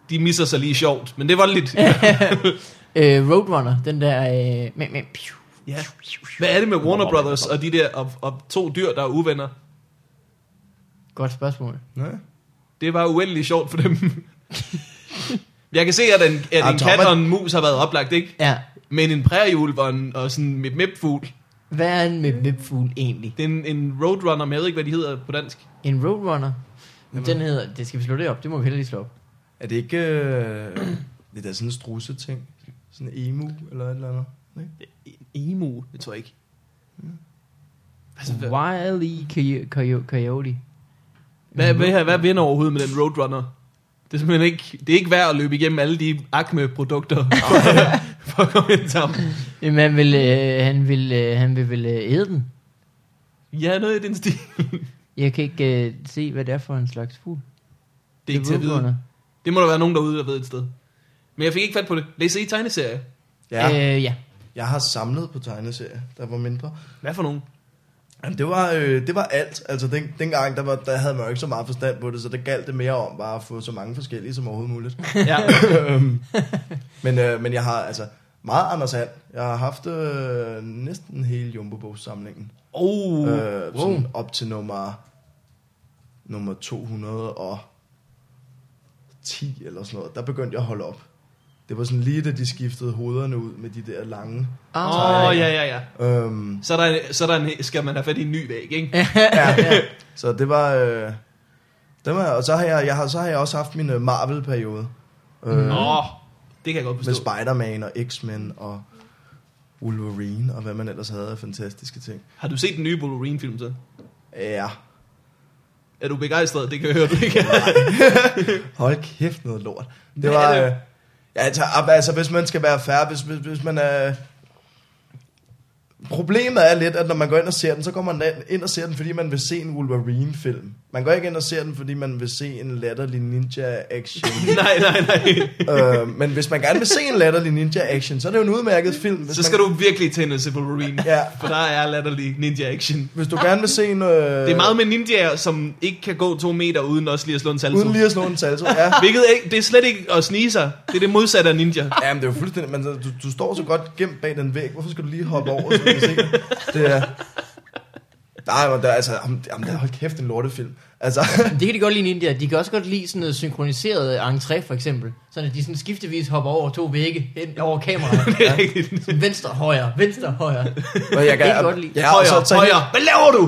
A: de misser sig lige sjovt, men det var lidt...
B: øh, Roadrunner, den der... Øh, med, med, piu.
A: Ja. Hvad er det med Warner Brothers og de der og, og to dyr, der er uvenner?
B: Godt spørgsmål.
C: Nej.
A: Det var uendelig sjovt for dem. Jeg kan se, at en,
C: Ah,
A: at en kat
C: Thomas-
A: og en mus har været oplagt, ikke?
B: Ja,
A: Men en prærieulv og, en, og sådan en mip mip fugl
B: hvad er en med vipfugl egentlig?
A: Det er en, en roadrunner, men jeg ved ikke, hvad de hedder på dansk.
B: En Roadrunner? Jamen. Den hedder... Det skal vi slå det op. Det må vi heller lige slå op.
C: Er det ikke... Øh, det er da sådan en strusse-ting. Sådan en emu eller et eller andet. ikke?
A: En emu, det tror jeg ikke. Hmm. Altså, hvad,
B: Wiley Coy- Coy- Coyote.
A: hvad, hvad, hvad vinder overhovedet med den roadrunner? Det er simpelthen ikke, det er ikke værd at løbe igennem alle de Acme-produkter for at komme ind sammen.
B: Jamen, han vil, øh, han vil, øh, han vil vel øh, æde den.
A: Ja, noget i den stil.
B: Jeg kan ikke øh, se, hvad det er for en slags fugl.
A: Det er ikke til at vide.
B: Roadrunner.
A: Det må der være nogen derude, der ved et sted. Men jeg fik ikke fat på det. Læser I tegneserier?
C: Ja, øh.
B: Øh, ja.
C: jeg har samlet på tegneserier, der var mindre.
A: Hvad for nogen?
C: Jamen, det var, øh, det var alt. Altså, den, dengang, der, var, der havde man jo ikke så meget forstand på det, så det galt det mere om bare at få så mange forskellige som overhovedet muligt.
A: Ja.
C: Øhm, men, øh, men jeg har altså meget Anders Hall. Jeg har haft øh, næsten hele Jumbo-bogssamlingen.
A: Oh,
C: øh,
A: wow.
C: sådan op til nummer, nummer 210 eller sådan noget. Der begyndte jeg at holde op. Det var sådan lige da de skiftede hovederne ud med de der lange.
A: Åh, oh, ja, ja, ja.
C: Øhm,
A: Så, er der en, så er der en, skal man have fat i en ny væg, ikke?
C: ja. Så det var... Øh, det var og så har, jeg, jeg har, så har jeg også haft min øh, Marvel-periode. Øh,
A: Mm. Nå, det kan jeg godt
C: med
A: forstå.
C: Spider-Man og X-Men og Wolverine og hvad man ellers havde af fantastiske ting.
A: Har du set den nye Wolverine-film så?
C: Ja,
A: Er du begejstret? Det kan jeg høre, du ikke er.
C: Hold kæft noget lort. Det
A: Hvad
C: var...
A: er det?
C: Øh, ja, altså, ab- altså, hvis man skal være færre, hvis, hvis, hvis man er... Problemet er lidt, at når man går ind og ser den, så går man ind- ind og ser den, fordi man vil se en Wolverine-film. Man går ikke ind og ser den, fordi man vil se en latterlig ninja-action.
A: nej, nej, nej.
C: øh, men hvis man gerne vil se en latterlig ninja-action, så er det jo en udmærket film. Hvis
A: Så skal
C: man,
A: du virkelig tænde til Wolverine.
C: Ja,
A: For der er latterlig ninja-action.
C: hvis du gerne vil se en... Øh, det
A: Det er meget med ninjaer, som ikke kan gå to meter uden også lige at slå en salto.
C: Uden lige at slå en salto, ja.
A: Hvilket er, ikke- det er slet ikke at snige sig. Det er det modsatte af ninja.
C: Ja, men det er jo fuldstændig... Men du, du står så godt gemt bag den væg. Hvorfor skal du lige hoppe over? Så du kan se det? det er... Nej, men der er altså... Jamen, jamen, der er hold kæft en lortefilm. Altså,
B: Det kan de godt lide i India. De kan også godt lide sådan noget synkroniseret entré, for eksempel. Sådan at de sådan skiftevis hopper over to vægge hen over kameraet.
A: Det er rigtigt.
B: Sådan venstre, højre, venstre, højre.
C: og jeg
B: Det kan godt lide.
C: Ja, og
A: Højre,
C: så, så,
A: højre. Hvad laver du?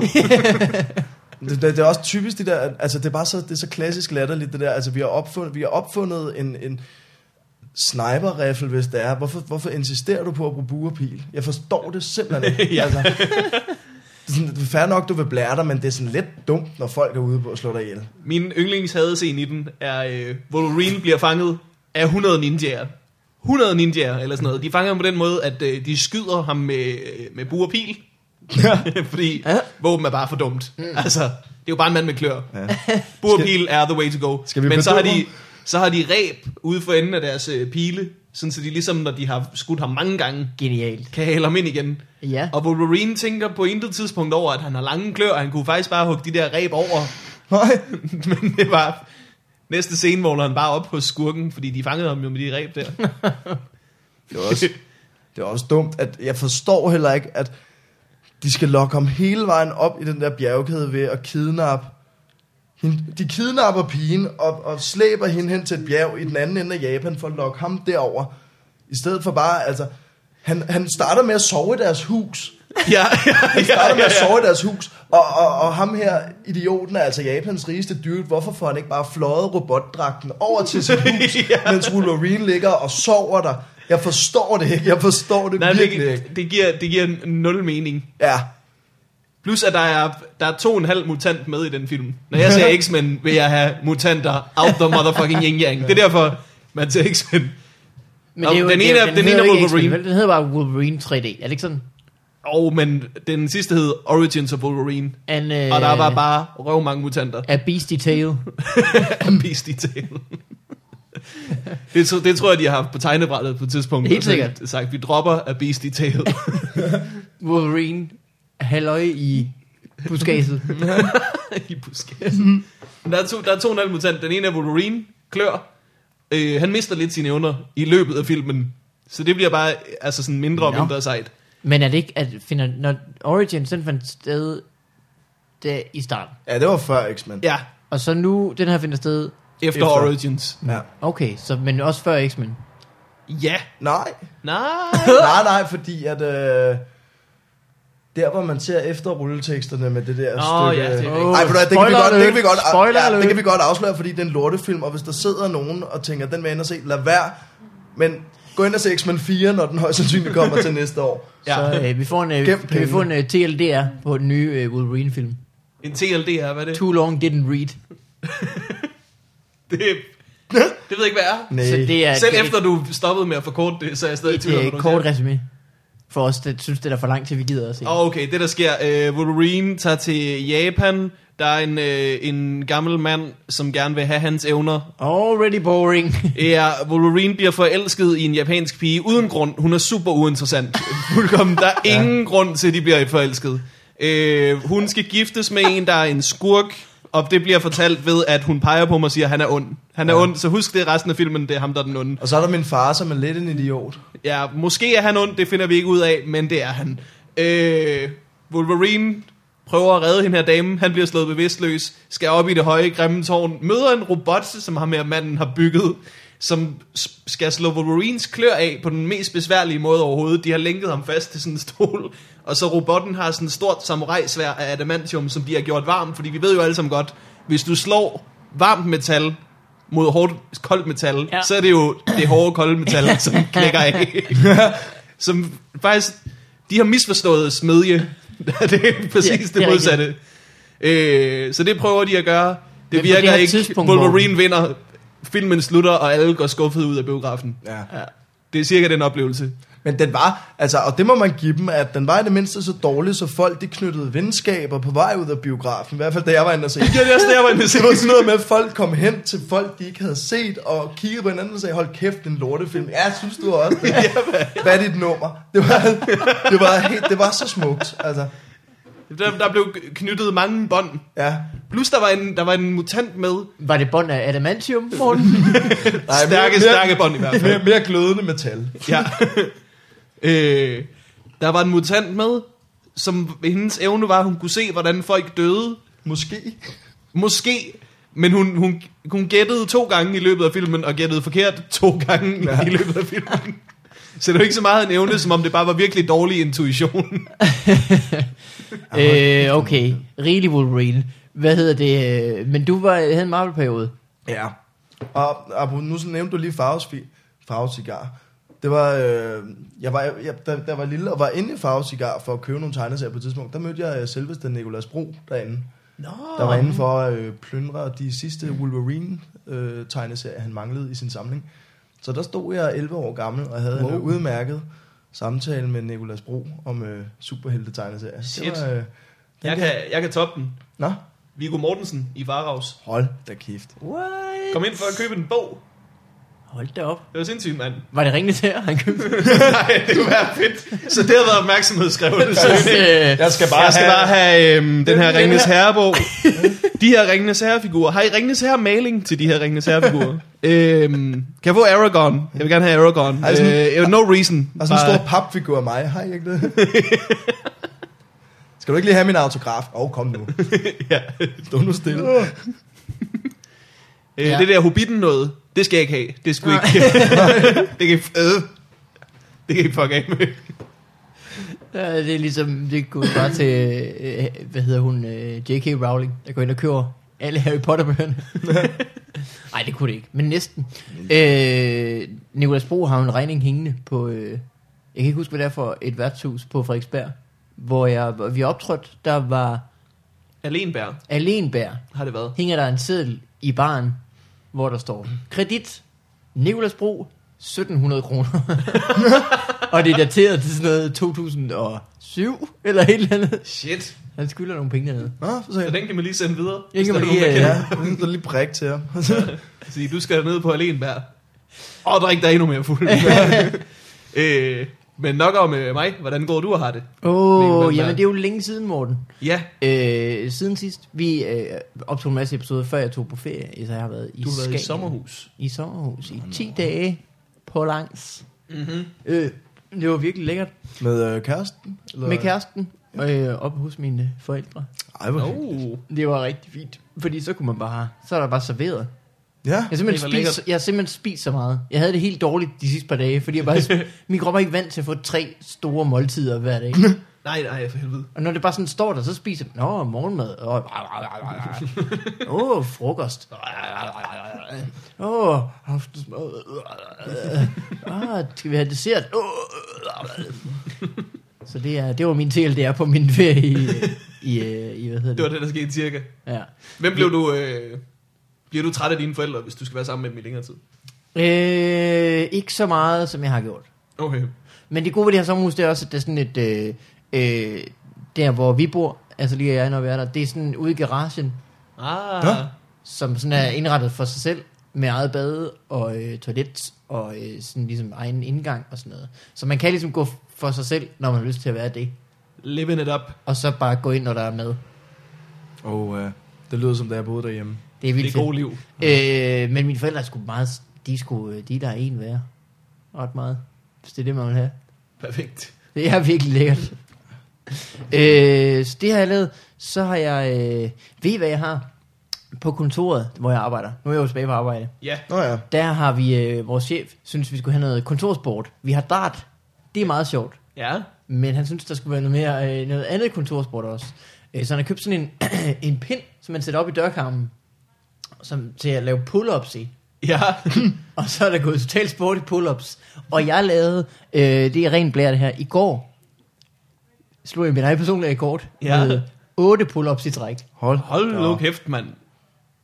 C: Det, det, det, er også typisk det der... at- Altså, det er bare så, det er så klassisk latterligt, det der. Altså, vi har opfundet, vi har opfundet en, en sniper hvis det er. Hvorfor, hvorfor insisterer du på at bruge buerpil? Jeg forstår det simpelthen ikke.
A: Ja.
C: altså, det er sådan, det er fair nok, du vil blære dig, men det er sådan lidt dumt, når folk er ude på at slå dig ihjel.
A: Min yndlings hadescene i den er, øh, Wolverine bliver fanget af 100 ninjaer. 100 ninjaer, eller sådan noget. De fanger ham på den måde, at øh, de skyder ham med, øh, med bue og pil. Fordi
B: Ja.
A: våben er bare for dumt.
C: Mm.
A: Altså, det er jo bare en mand med klør.
C: Ja.
A: Bue og pil er the way to go.
C: Skal vi
A: Men så har,
C: bedøve
A: de,
C: ham?
A: så har de ræb ude for enden af deres øh, pile, sådan så de ligesom, når de har skudt ham mange gange,
B: Genialt.
A: kan hælde ham ind igen.
B: Ja.
A: Og Wolverine tænker på intet tidspunkt over, at han har lange klør, og han kunne faktisk bare hugge de der ræb over.
C: Nej.
A: Men det var næste scene vågner han bare op hos skurken, fordi de fangede ham jo med de ræb der.
C: Det er også, det er også dumt, at jeg forstår heller ikke, at de skal lokke ham hele vejen op i den der bjergkæde ved at kidnappe hende. De kidnapper pigen og, og slæber hende hen til et bjerg i den anden ende af Japan for at lokke ham derover. I stedet for bare, altså, han, han starter med at sove i deres hus.
A: ja, ja,
C: Han
A: ja,
C: starter med at sove i deres hus. Og, og, og ham her, idioten, er altså Japans rigeste dyrt. Hvorfor får han ikke bare fløjet robotdragten over til sit hus, ja. mens Wolverine ligger og sover der? Jeg forstår det ikke. Jeg forstår det
A: Nej,
C: Nej, virkelig
A: det,
C: ikke.
A: det, giver, det giver nul mening.
C: Ja.
A: Plus at der er, der er to og en halv mutant med i den film. Når jeg ser X-Men, vil jeg have mutanter out the motherfucking yin yang. Det er derfor, man ser X-Men. Nå,
B: det er jo-
A: den
B: det er jo-
A: ene er- den
B: hedder
A: ene er
B: jo ikke
A: Wolverine.
B: X-Men, vel? Den hedder bare Wolverine 3D. Er det ikke sådan?
A: Og men den sidste hed Origins of Wolverine.
B: En, øh,
A: Og der var bare røv mange mutanter.
B: A Beastie Tale.
A: Beast i talen. det, tro- det tror jeg, de har haft på tegnebrættet på et tidspunkt.
B: Helt
A: og så har de
B: sikkert.
A: Sagt, vi dropper af Beast i tale.
B: Wolverine. Halløj i buskaget.
A: I buskassen. Men der er to, der er to en halv mutant. Den ene er Wolverine, klør. Øh, han mister lidt sine evner i løbet af filmen. Så det bliver bare øh, altså sådan mindre og
B: Nå.
A: mindre sejt.
B: Men er det ikke, at finder, når Origins den fandt sted der i starten,
C: Ja, det var før X-Men.
A: Ja,
B: og så nu, den her finder sted,
A: efter, efter.
C: Efter.
A: Origins.
C: Ja.
B: okay, så, men også før X-Men.
A: Ja,
C: Nej.
A: nej.
C: nej, nej, fordi at... Øh, der, hvor man ser efter rulleteksterne med det der
A: Nå,
C: stykke...
A: ja, det er rigtigt.
C: Ej, for det, det, kan vi
B: Spoiler
C: godt, det, kan vi
B: alert.
C: godt,
B: Spoiler
C: ja, det
B: alert.
C: kan vi godt afsløre, fordi det er en lortefilm, og hvis der sidder nogen og tænker, den vil jeg ind og se, lad være. Men gå ind og se X-Men 4, når den højst sandsynligt kommer til næste år.
A: Ja.
B: Ja. Så øh, vi får en, øh,
C: Gem
B: kan vi få en
C: pengene.
B: øh, TLDR på den nye øh, Wolverine-film.
A: En TLD her, hvad er det?
B: Too long didn't read.
A: det? Det ved jeg ikke, hvad er.
C: Nej.
B: Så det er
A: Selv
B: et,
A: efter du stoppede med at forkorte det, så er jeg stadig i
B: et,
A: tvivl om,
B: et,
A: hvad
B: øh,
A: du
B: kort
A: siger.
B: resume. For os, det synes, det er for langt til, vi gider at se.
A: Åh, Okay, det der sker, øh, Wolverine tager til Japan, der er en, øh, en gammel mand, som gerne vil have hans evner.
B: Already boring.
A: Ja, Wolverine bliver forelsket i en japansk pige uden grund. Hun er super uinteressant. Fuldkommen, der er ingen grund til, at de bliver forelsket. Øh, hun skal giftes med en, der er en skurk, og det bliver fortalt ved, at hun peger på mig og siger, at han er ond. Han er ond, så husk det resten af filmen, det er ham, der er den onde.
C: Og så er der min far, som er lidt en idiot.
A: Ja, måske er han ond, det finder vi ikke ud af, men det er han. Øh, Wolverine prøver at redde hende her dame, han bliver slået bevidstløs, skal op i det høje grimme tårn, møder en robot, som ham her manden har bygget, som s- skal slå Wolverines klør af på den mest besværlige måde overhovedet. De har lænket ham fast til sådan en stol, og så robotten har sådan et stort samurajsvær af adamantium, som de har gjort varm, fordi vi ved jo alle sammen godt, hvis du slår varmt metal mod hårdt, koldt metal, ja.
B: Ja.
A: så er det jo det hårde, kolde metal, som knækker af. som faktisk, de har misforstået smedje. det er præcis
B: Ja,
A: det,
B: det
A: det
B: er
A: modsatte. Øh, så det prøver de at gøre. Det
B: Men på
A: virker
B: det her
A: ikke.
B: tidspunkt,
A: Wolverine vinder, filmen slutter, og alle går skuffet ud af biografen.
C: Ja.
A: Det er cirka den oplevelse.
C: Men den var, altså, og det må man give dem, at den var i det mindste så dårlig, så folk de knyttede venskaber på vej ud af biografen. I hvert fald, da jeg var inde og se.
A: Det gjorde det også, da jeg var inde og se
C: Det var sådan noget med, at folk kom hen til folk, de ikke havde set, og kiggede på hinanden og sagde, hold kæft, den lortefilm. Ja, synes du også det? Hvad er dit nummer? Det var, det var, helt, det var så smukt, altså.
A: Der, der blev knyttet mange bånd.
C: Ja.
A: Plus der var en, der var en mutant med.
B: Var det bånd af adamantium, Morten?
C: mere-
A: stærke,
C: mere-
A: stærke bånd i hvert fald.
C: Mere, mere glødende metal.
A: Ja. øh, der var en mutant med, som hendes evne var, at hun kunne se, hvordan folk døde.
C: Måske.
A: Måske, men hun, hun, hun gættede to gange i løbet af filmen, og gættede forkert to gange ja. i løbet af filmen. Så det var ikke så meget en evne, som om det bare var virkelig dårlig intuition.
B: øh, okay, rigelig Wolverine. Hvad hedder det? øh, Men du var, havde en Marvel-periode.
C: Ja. Og apropos- nu så nævnte du lige farvesfi, farvesigar. Det var, øh, jeg var, jeg, da, da jeg var lille og var inde i farvesigar for at købe nogle tegneserier på et tidspunkt, der mødte jeg øh, selveste Nikolas Bro derinde.
B: Nå.
C: Der var inde for at øh, plyndre de sidste Wolverine-tegneserier, han manglede i sin samling. Så der stod jeg 11 år gammel og havde wow. en
A: Wow.
C: udmærket samtale med Nikolas Bro om øh, superhelte-tegneserier.
A: Shit.
C: Det var, øh,
A: Jeg kan, jeg kan toppe den.
C: Nå,
A: Viggo Mortensen i Faraos.
C: hold da kæft.
B: What?
A: Kom ind for at købe en bog.
B: Hold da op.
A: Det var sindssygt, mand.
B: Var det ringende til, han købte?
A: Nej, det kunne være fedt. Så det havde været opmærksomhedsskrevet. Så det- øh,
C: Jeg skal
A: jeg skal bare have øhm, den her
C: den
A: Ringnes
C: her.
A: Herrebog. de her Ringnes Herrefigurer. Har I Ringnes Herre maling til de her Ringnes Herrefigurer? øhm, kan jeg få Aragorn? Jeg vil gerne have Aragorn.
C: Har I sådan-
A: Øh, no reason.
C: Og sådan en
A: Bare-
C: stor papfigur af mig, har I ikke det? Skal du ikke lige have min autograf? Åh, oh, kom nu.
A: ja.
C: Stå nu stille.
A: øh,
B: Ja.
A: Det der Hobbiten noget, det skal jeg ikke have. Det skulle ikke. det kan I f- øh. Det kan I fuck af med.
B: Ja, det er ligesom, det kunne bare til, øh, hvad hedder hun, øh, J.K. Rowling, der går ind og køber alle Harry Potter-bøgerne. Nej, det kunne det ikke, men næsten. Øh, Nicolas Bro har jo en regning hængende på, øh, jeg kan ikke huske, hvad det er for et værtshus på Frederiksberg. hvor jeg, hvor vi optrådte, der var
A: Alenbær
B: Alenbær.
A: har det været.
B: Hænger der en seddel i baren, hvor der står, kredit, Nikolas Bro, 1700 kroner. og det er dateret til sådan noget 2007, eller et eller andet.
A: Shit.
B: Han skylder nogle penge dernede.
C: Nå,
A: Så
C: for sagde
A: den kan man lige sende videre.
B: Den
A: hvis
B: kan
A: der
B: man
A: er nogen,
B: lige,
A: der
B: øh,
A: kender
C: Ja, der er lige prik til jer.
A: Sige, du skal ned på Alenberg. Og drik dig endnu mere fuld. øh, men nok om øh, mig. Hvordan går du og har det?
B: Åh, oh,
A: Mikkel
B: jamen
A: Malmberg.
B: det er jo længe siden, Morten.
A: Ja,
B: Øh, siden sidst, vi øh, optog en masse episoder, før jeg tog på ferie, så jeg har været i
A: du har været i
B: Skagen.
A: sommerhus.
B: I sommerhus i 10 dage på langs. Mm-hmm. Øh, det var virkelig lækkert.
C: Med øh, kæresten? Eller?
B: Med kæresten øh, op hos mine forældre.
C: Ej, hvor no.
A: Oh.
B: Det var rigtig fint, fordi så kunne man bare, så er der bare serveret.
C: Ja,
B: Jeg har
A: Det var
B: simpelthen, spist,
A: lækkert.
B: jeg har simpelthen spist så meget. Jeg havde det helt dårligt de sidste par dage, fordi jeg bare, min krop er ikke vant til at få tre store måltider hver dag.
A: Nej, nej, for helvede.
B: Og når det bare sådan står der, så spiser man, nå, morgenmad, åh, oh, frokost, åh, oh, aftensmad, ah, skal vi have dessert, Åh. Så det, er, det var min TLDR på min ferie i, i, øh, i hvad
A: Det
B: hedder
A: var
B: det?
A: det, der skete cirka.
B: Ja.
A: Hvem blev du... Øh, bliver du træt af dine forældre, hvis du skal være sammen med dem i længere tid?
B: Øh, ikke så meget, som jeg har gjort.
A: Okay.
B: Men det gode ved det her sommerhus, det er også, at det er sådan et, øh, øh, der hvor vi bor, altså lige jeg, når vi er der, det er sådan ude i garagen,
A: Ah.
C: Nå.
B: som sådan er indrettet for sig selv, med eget bade og øh, toilet, og øh, sådan ligesom egen indgang og sådan noget. Så man kan ligesom gå f- for sig selv, når man har lyst til at være det,
A: Living it up.
B: og så bare gå ind, når der er mad.
C: Og øh, det lyder som da jeg boede derhjemme.
B: Det er
A: Det
B: vildt
A: er gode liv.
B: fedt. Øh, men mine forældre skulle meget, de skulle, de der er en værre, ret meget, hvis det er det, man vil have.
A: Perfekt.
B: Det er virkelig lækkert. øh, så det har jeg lavet. Så har jeg... Øh, ved I, hvad jeg har? På kontoret, hvor jeg arbejder. Nu er jeg jo tilbage på arbejde.
A: Ja.
C: Nå ja,
B: Der har vi... Øh, vores chef synes, vi skulle have noget kontorsport. Vi har dart. Det er meget sjovt.
A: Ja.
B: Men han synes, der skulle være noget, mere, øh, noget andet kontorsport også. Øh, så han har købt sådan en, en pind, som man sætter op i dørkarmen. Som, til at lave pull-ups i.
A: Ja. Mm.
B: Og så er der gået totalt sport i pull-ups. Og jeg lavede, øh, det er rent blære det her, i går slog jeg min egen personlige rekord
A: Ja.
B: med 8 pull-ups i træk.
C: hold,
A: Hold
C: da
A: nu
C: op.
A: kæft, mand.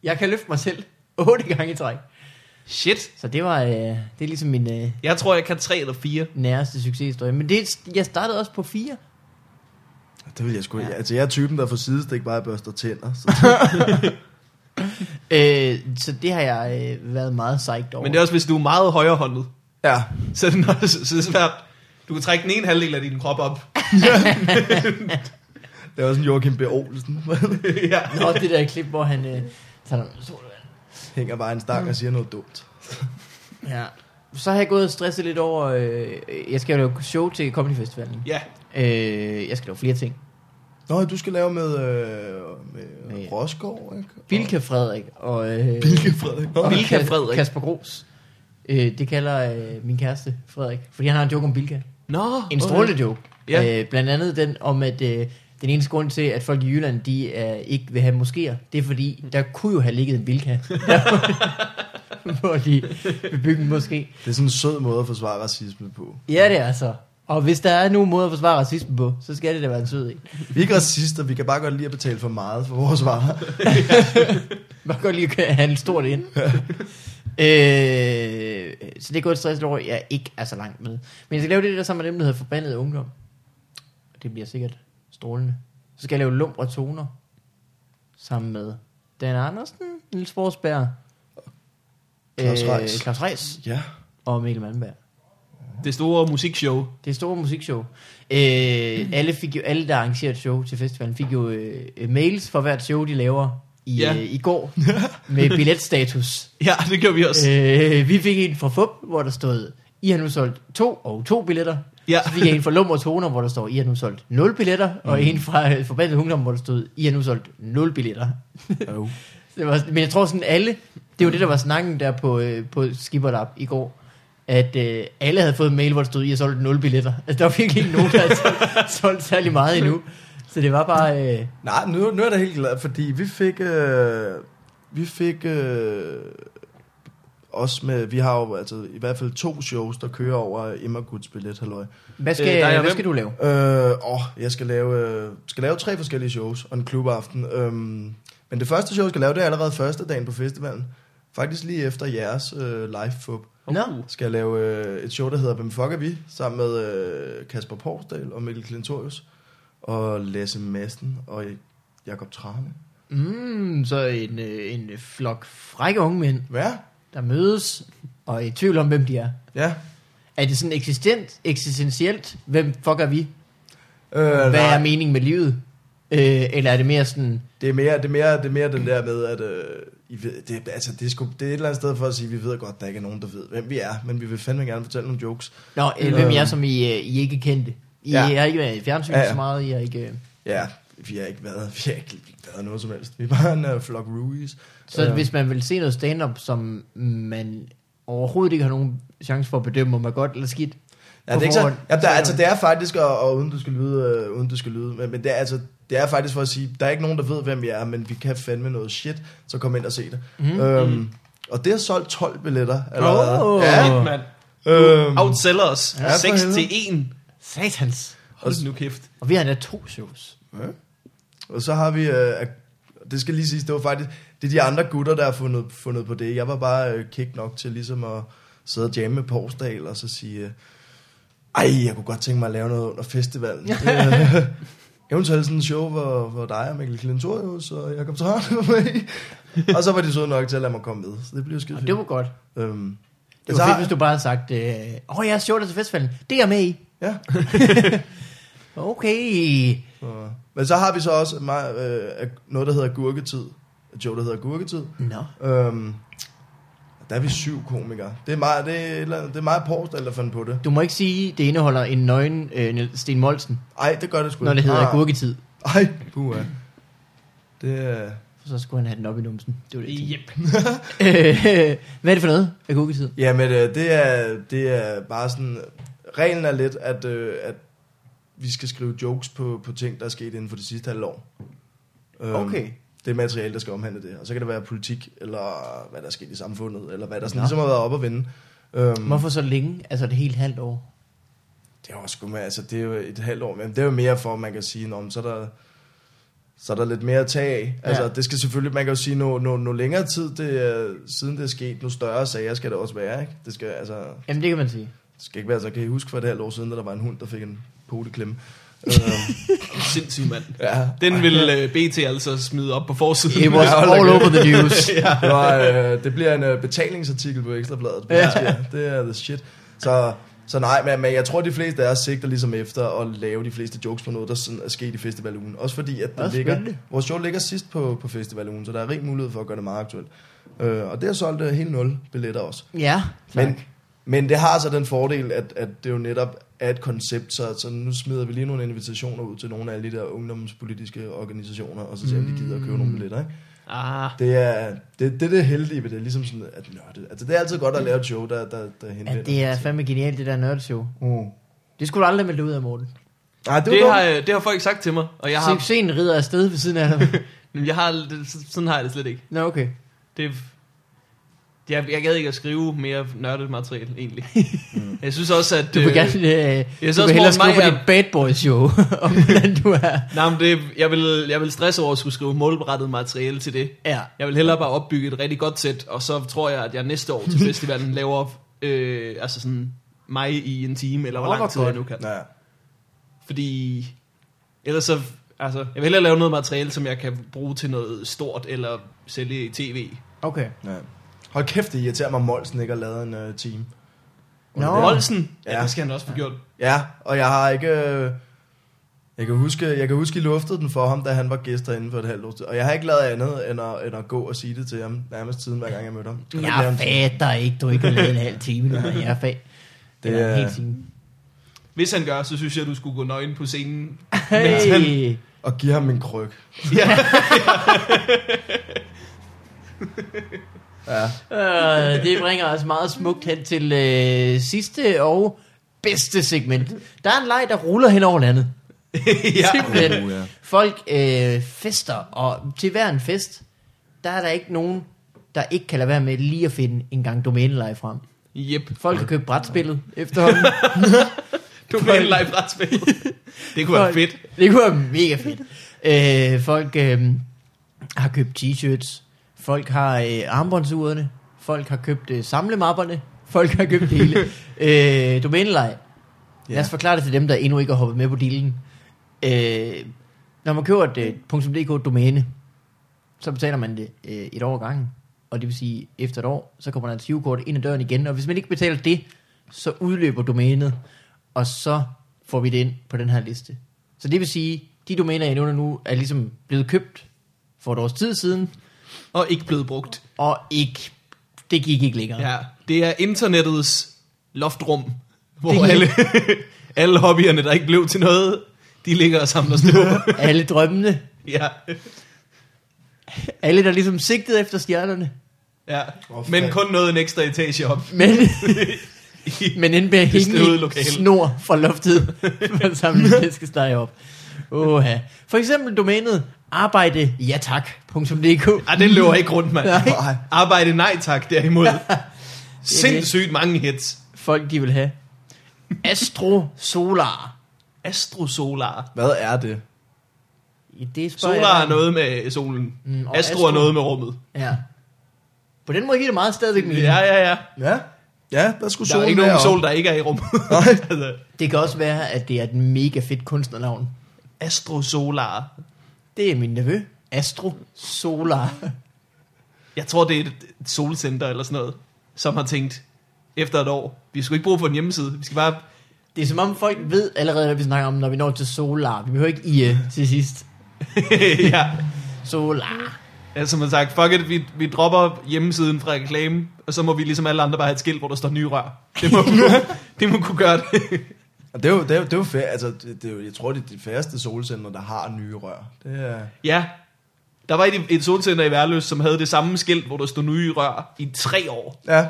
B: Jeg kan løfte mig selv 8 gange i træk.
A: Shit.
B: Så det var, øh, det er ligesom min øh,
A: Jeg tror, jeg kan tre eller fire.
B: nærmeste succeshistorie. Men det, jeg startede også på 4.
C: Det vil jeg sgu ja. Altså, jeg er typen, der får sidestik bare jeg børster tænder. Så.
B: Øh, så det har jeg øh, været meget psyched over.
A: Men det er også, hvis du er meget højrehåndet.
C: ja.
A: Så er det nok så er det svært. Du kan trække den ene halvdel af din krop op.
C: Det er også en Joachim B. Olsen.
A: ja.
B: Nå, det der klip, hvor han øh, tager noget solvand.
C: Hænger bare en stang og siger noget dumt.
B: Ja. Så har jeg gået og stresset lidt over, øh, jeg skal jo lave show til Comedy Festivalen.
A: Ja.
B: Øh, jeg skal lave flere ting.
C: Nå, du skal lave med, øh, med
B: Ja.
C: Rosgaard, ikke? Og-
B: Bilka Frederik og, øh,
C: Bilke Frederik. Nå,
B: og
A: Bilka
B: Kas-
A: Frederik.
B: Kasper Gros. Øh, det kalder øh, min kæreste Frederik, fordi han har en joke om Bilka.
A: Nå.
B: En strålende joke.
A: Ja.
B: Øh, blandt andet den om, at øh, den eneste grund til, at folk i Jylland de, øh, ikke vil have moskéer, det er fordi, der kunne jo have ligget en Bilka, der- hvor de vil bygge en moské.
C: Det er sådan en sød måde at forsvare racisme på.
B: Ja, det er altså. Og hvis der er nogen måde at forsvare racisme på, så skal det da være en sød en.
C: Vi er ikke racister, vi kan bare godt lide at betale for meget for vores varer.
B: Man kan godt lige kan handle stort ind. øh, så det er gået stress over, jeg ikke er så langt med. Men jeg skal lave det der sammen med dem, der hedder Forbandet Ungdom. Og Det bliver sikkert strålende. Så skal jeg lave lumre toner sammen med Dan Andersen, Niels Forsberg, øh,
C: Claus Reis.
B: Claus Reis
C: Ja.
B: og Mikkel Malmberg.
A: Det store musikshow.
B: Det er store musikshow. Øh, alle, fik jo, alle, der arrangerer et show til festivalen, fik jo øh, øh, mails for hvert show, de laver i,
A: Ja.
B: ja. øh, i går med billetstatus.
A: Ja, det gjorde vi også.
B: Øh, vi fik en fra FUP, hvor der stod, I har nu solgt to og to billetter.
A: Ja.
B: Så fik jeg en fra Lum og Toner, hvor der står, I har nu solgt 0 billetter. Mm. Og en fra øh, Forbandet Ungdom, hvor der stod, I har nu solgt 0 billetter.
C: Oh.
B: Det var, men jeg tror sådan alle, det var det, der var snakken der på, øh, på Skibberlap i går, at øh, alle havde fået en mail, hvor der stod, I har solgt 0 billetter. Altså der var virkelig ikke nogen, der havde solgt, solgt særlig meget endnu. Så det var bare... Øh,
C: Nej, nu, nu er jeg da helt glad, fordi vi fik... Øh, vi fik... Øh, Også med, vi har jo altså, i hvert fald to shows, der kører over Immerguds billet, halløj.
B: Hvad
A: Øh,
B: skal,
A: der er
B: øh, hvad
A: hvem?
B: skal du lave?
C: Øh, åh, jeg skal lave, øh, skal lave tre forskellige shows og en klubaften. Øhm, men det første show, jeg skal lave, det er allerede første dagen på festivalen. Faktisk lige efter jeres øh, live fub
B: Nå.
C: skal jeg lave øh, et show, der hedder Hvem fuck er vi? Sammen med øh, Kasper Porsdal og Mikkel Klintorius og Lasse Madsen og Jakob Trane.
B: Mm, så en, øh, en flok frække unge mænd,
C: Ja,
B: der mødes og er i tvivl om, hvem de er.
C: ja.
B: Er det sådan eksistent, eksistentielt? Hvem fuck er vi?
C: Øh,
B: Hvad
C: nej.
B: er meningen med livet? Øh, eller er det mere sådan,
C: Det er mere, det er mere, det er mere den der med, at øh, I ved, det, er- altså, det, er sgu, det er et eller andet sted for at sige, vi ved godt, der ikke er nogen, der ved, hvem vi er, men vi vil fandme gerne fortælle nogle jokes.
B: nå, øh, hvem jeg som I, øh, I ikke kendte? I
C: Ja.
B: ja. har ikke været i fjernsynet
C: Ja,
B: ja,
C: ja.
B: ja. så meget, I har ikke... øh.
C: Ja, vi har ikke været, vi har ikke været noget som helst. Vi er bare en uh, flok ruies.
B: Så
C: Øh,
B: øh. hvis man vil se noget stand-up, som man overhovedet ikke har nogen chance for at bedømme, om er godt eller skidt,
C: Ja, det er
B: på
C: ikke så,
B: forhånd,
C: ja, der,
B: så er
C: altså,
B: det-
C: det er faktisk, og, og uden du skal lyde, øh, uden du skal lyde men, men det, er, altså, det er faktisk for at sige, der er ikke nogen, der ved, hvem vi er, men vi kan fandme noget shit, så kom ind og se det. Mm. Øhm, og det har solgt 12 billetter. allerede.
B: Åh.
C: ja,
A: Fedt, mand.
C: øhm,
A: Outseller os.
C: Ja, for
A: 6 til
C: helvede.
A: 1.
B: satans.
A: Hold nu kæft.
B: Og vi har da to shows.
C: Og så har vi, øh, det skal lige siges, det var faktisk, det er de andre gutter, der har fundet, fundet på det. Jeg var bare øh, kæk nok til ligesom at sidde og jamme med Porsdal og så sige, øh, ej, jeg kunne godt tænke mig at lave noget under festivalen. Det, øh, Eventuelt sådan en show, hvor, hvor dig og Mikkel Klintorius og Jacob Tran var med i. Og så var de søde nok til at lade mig komme med. Så det blev skide
B: Og
C: fedt.
B: det var godt.
C: Øhm,
B: Det var fedt, hvis du bare havde sagt, øh, åh, oh, jeg er sjovt til festivalen. Det er jeg med i.
C: Ja.
B: Okay.
C: Så, men så har vi så også meget, øh, noget, der hedder Gurketid. Et show, der hedder Gurketid.
B: Nå.
C: Øhm, der er vi syv komikere. Det er meget, det er, et eller andet- det er meget Porsdal, der fandt på det.
B: Du må ikke sige, det indeholder en nøgen øh, Niels Sten Molsen,
C: Ej, det gør det sgu
B: når det
C: ikke.
B: hedder
C: Ah.
B: gurketid.
C: Ej, puha. Det er...
B: For så skulle han have den op i numsen. Det var det. jeg
A: Yep.
B: tænkte. Øh, Hvad er det for noget af gurketid?
C: Jamen, øh, det er, det er bare sådan... Reglen er lidt, at, øh, at vi skal skrive jokes på, på ting, der er sket inden for det sidste halve år. Øhm,
B: Okay.
C: Det er materiale, der skal omhandle det. Og så kan det være politik, eller hvad der er sket i samfundet, eller hvad der sådan,
B: Nå.
C: ligesom har været op at vinde. Øhm,
B: Hvorfor så længe? Altså et helt halvt år.
C: Det er jo også sgu med, altså det er jo et halvt år, men det er jo mere for, at man kan sige, "Nå, men så er der, så er der lidt mere at tage af. Altså
B: Ja.
C: det skal selvfølgelig, man kan jo sige, no, no, no længere tid, det, er- siden det er sket, nu større sager skal det også være, ikke? Det skal, altså, det
B: Jamen det kan man sige.
C: skal ikke være, så kan I huske for et halvt år siden, da der var en hund, der fik en poteklemme. øhm,
A: Sindssygt, mand.
C: ja,
A: Den vil øh, BT altså smide op på forsiden.
B: It was
C: Ja, hold da
B: all
C: kæft.
B: over the news.
C: det, var, øh, det bliver en øh, betalingsartikel på Ekstrabladet. Det, ja. det er the shit. Så, så nej, men, men jeg tror, de fleste af os sigter ligesom efter at lave de fleste jokes på noget, der sådan er sket i festivalugen. Også fordi, at det
B: Også
C: ligger,
B: spændende.
C: vores show ligger sidst på, på festivalugen, så der er rig mulighed for at gøre det meget aktuelt. Øh, og det har solgt øh, hele nul billetter også.
B: Ja, tak.
C: Men, men det har så den fordel, at, at det jo netop er et koncept, så, så nu smider vi lige nogle invitationer ud til nogle af alle de der ungdomspolitiske organisationer, og så ser vi, om de gider at købe nogle billetter, ikke?
A: Ah,
C: Det er det, det, er det heldige ved det, ligesom sådan at nørde. Altså det er altid godt at lave et show, der, der, der henvender.
B: ja, det er fandme genialt, det der nørdeshow.
C: Uh.
B: Det skulle du aldrig melde ud af, Morten.
C: Ej, det,
A: det,
C: var
A: har,
C: dumt.
A: øh, det har folk sagt til mig, og jeg har,
B: Succesen rider afsted ved siden af dig.
A: Jamen, jeg har det- sådan har jeg det slet ikke.
B: Nå, okay.
A: Det, det jeg, jeg gad ikke at skrive mere nørdet materiale, egentlig.
C: Mm.
A: Jeg synes også, at...
B: Du vil
A: øh,
B: gerne, øh,
A: synes
B: du
A: også,
B: vil hellere
A: Morten
B: skrive på
A: Meier-
B: dit bad boy show, om hvordan du er.
A: Nej, men det, jeg, vil, jeg vil stresse over at skulle skrive målrettet materiale til det.
B: Ja.
A: Jeg vil hellere bare opbygge et rigtig godt sæt, og så tror jeg, at jeg næste år til festivalen laver øh, altså sådan mig i en time, eller hvor
B: Åh, hvor
A: lang tid jeg
B: godt.
A: nu kan.
C: Nej,
A: Fordi ellers så, altså, jeg vil hellere lave noget materiale, som jeg kan bruge til noget stort, eller sælge i tv.
B: Okay.
C: nej. Hold kæft, det irriterer mig, at Molsen ikke har lavet en uh, time.
B: Nå,
A: Oh. Molsen, ja,
C: Ja.
A: det skal han også få gjort.
C: Ja, og jeg har ikke... Øh, jeg kan, huske, jeg kan huske, I luftede den for ham, da han var gæst herinde for et halvt år siden. Og jeg har ikke lavet andet, end at, end at gå og sige det til ham, nærmest siden hver gang jeg mødte ham. Jeg vil ikke lave
B: jeg
C: en time.
B: fatter ikke, du ikke har lavet en halv time nu, men jeg er fag.
C: Det
B: Det er
C: er-
B: en hel time.
A: Hvis han gør, så synes jeg, du skulle gå nøgen på scenen.
B: Hey.
A: han-
C: Og give ham en kryg. Ja.
B: Øh, det bringer os meget smukt hen til øh, sidste og bedste segment. Der er en leg, der ruller hen over landet.
A: ja.
B: Simpelthen.
C: Uh, ja.
B: Folk øh, fester, og til hver en fest, der er der ikke nogen der ikke kan lade være med lige at finde en gang domæneleje frem.
A: Jep.
B: Folk har købt brætspillet efterhånden.
A: Du med en live brætspil. Det kunne være
B: Folk-
A: fedt.
B: Det kunne være mega fedt. Øh, folk øh, har købt t-shirts. Folk har øh, armbåndsurene. Folk har købt øh, samlemapperne. Folk har købt det hele. øh, domænelej. Lad os forklare det til dem, der endnu ikke har hoppet med på dealen. Øh, når man køber et øh, .dk domæne, så betaler man det øh, et år ad gangen. Og det vil sige, efter et år, så kommer der et 20-kort ind ad døren igen. Og hvis man ikke betaler det, så udløber domænet. Og så får vi det ind på den her liste. Så det vil sige, de domæner, jeg nævner nu, er ligesom blevet købt for et års tid siden.
A: Og ikke blevet brugt.
B: Og ikke, det gik ikke længere.
A: Ja, det er internettets loftrum, hvor
B: Det kan-
A: alle, alle hobbyerne, der ikke blev til noget, de ligger og samler støv.
B: Alle drømmene,
A: ja,
B: alle der ligesom sigtede efter stjernerne,
A: ja.
C: Åh,
A: Men
C: fuck.
A: kun noget en ekstra etage op.
B: men,
A: I-
B: men endte med at
A: Det støvede
B: hænge i
A: lokale.
B: snor fra loftet, for at samle flæskesteg op. Oha. For eksempel domænet arbejdejatak.dk.
A: Ej, Ah, den løber ikke rundt, mand.
B: Nej.
C: Nej.
A: Arbejde nej tak, derimod. Sindssygt mange hits.
B: Folk de vil have. Astro Solar.
A: Astrosolar.
C: Hvad er det?
B: I det spørger jeg
A: Solar
B: dig.
A: er noget med solen.
B: Mm, og
A: Astro er
B: astro. Mm.
A: noget med rummet.
B: Ja. På den måde giver det meget stadigvæk mening.
A: Ja, ja, ja.
C: Ja, ja der skulle
A: Der er
C: solen
A: ikke nogen
C: deroppe.
A: sol, der ikke er i rummet. altså,
B: Det kan også være, at det er et mega fedt kunstnernavn.
A: astrosolar.
B: Det er min nevø. Astro Solar.
A: Jeg tror, det er et et solcenter eller sådan noget, som har tænkt efter et år, vi skal ikke bruge for en hjemmeside, vi skal bare...
B: Det er som om folk ved allerede, hvad vi snakker om, når vi når til Solar. Vi behøver ikke i øh, til sidst.
A: ja.
B: Solar.
A: ja, som har sagt, fuck it, vi, vi dropper hjemmesiden fra reklame, og så må vi ligesom alle andre bare have et skilt, hvor der står nye rør. Det må, det må kunne gøre det.
C: Og Det er jo, det er jo, det er jo fair, altså, det, det er jo, jeg tror, det er de færreste solcenter, der har nye rør. Det er...
A: ja, der var et, et solcenter i Værløs, som havde det samme skilt, hvor der stod nye rør i tre år.
C: Ja.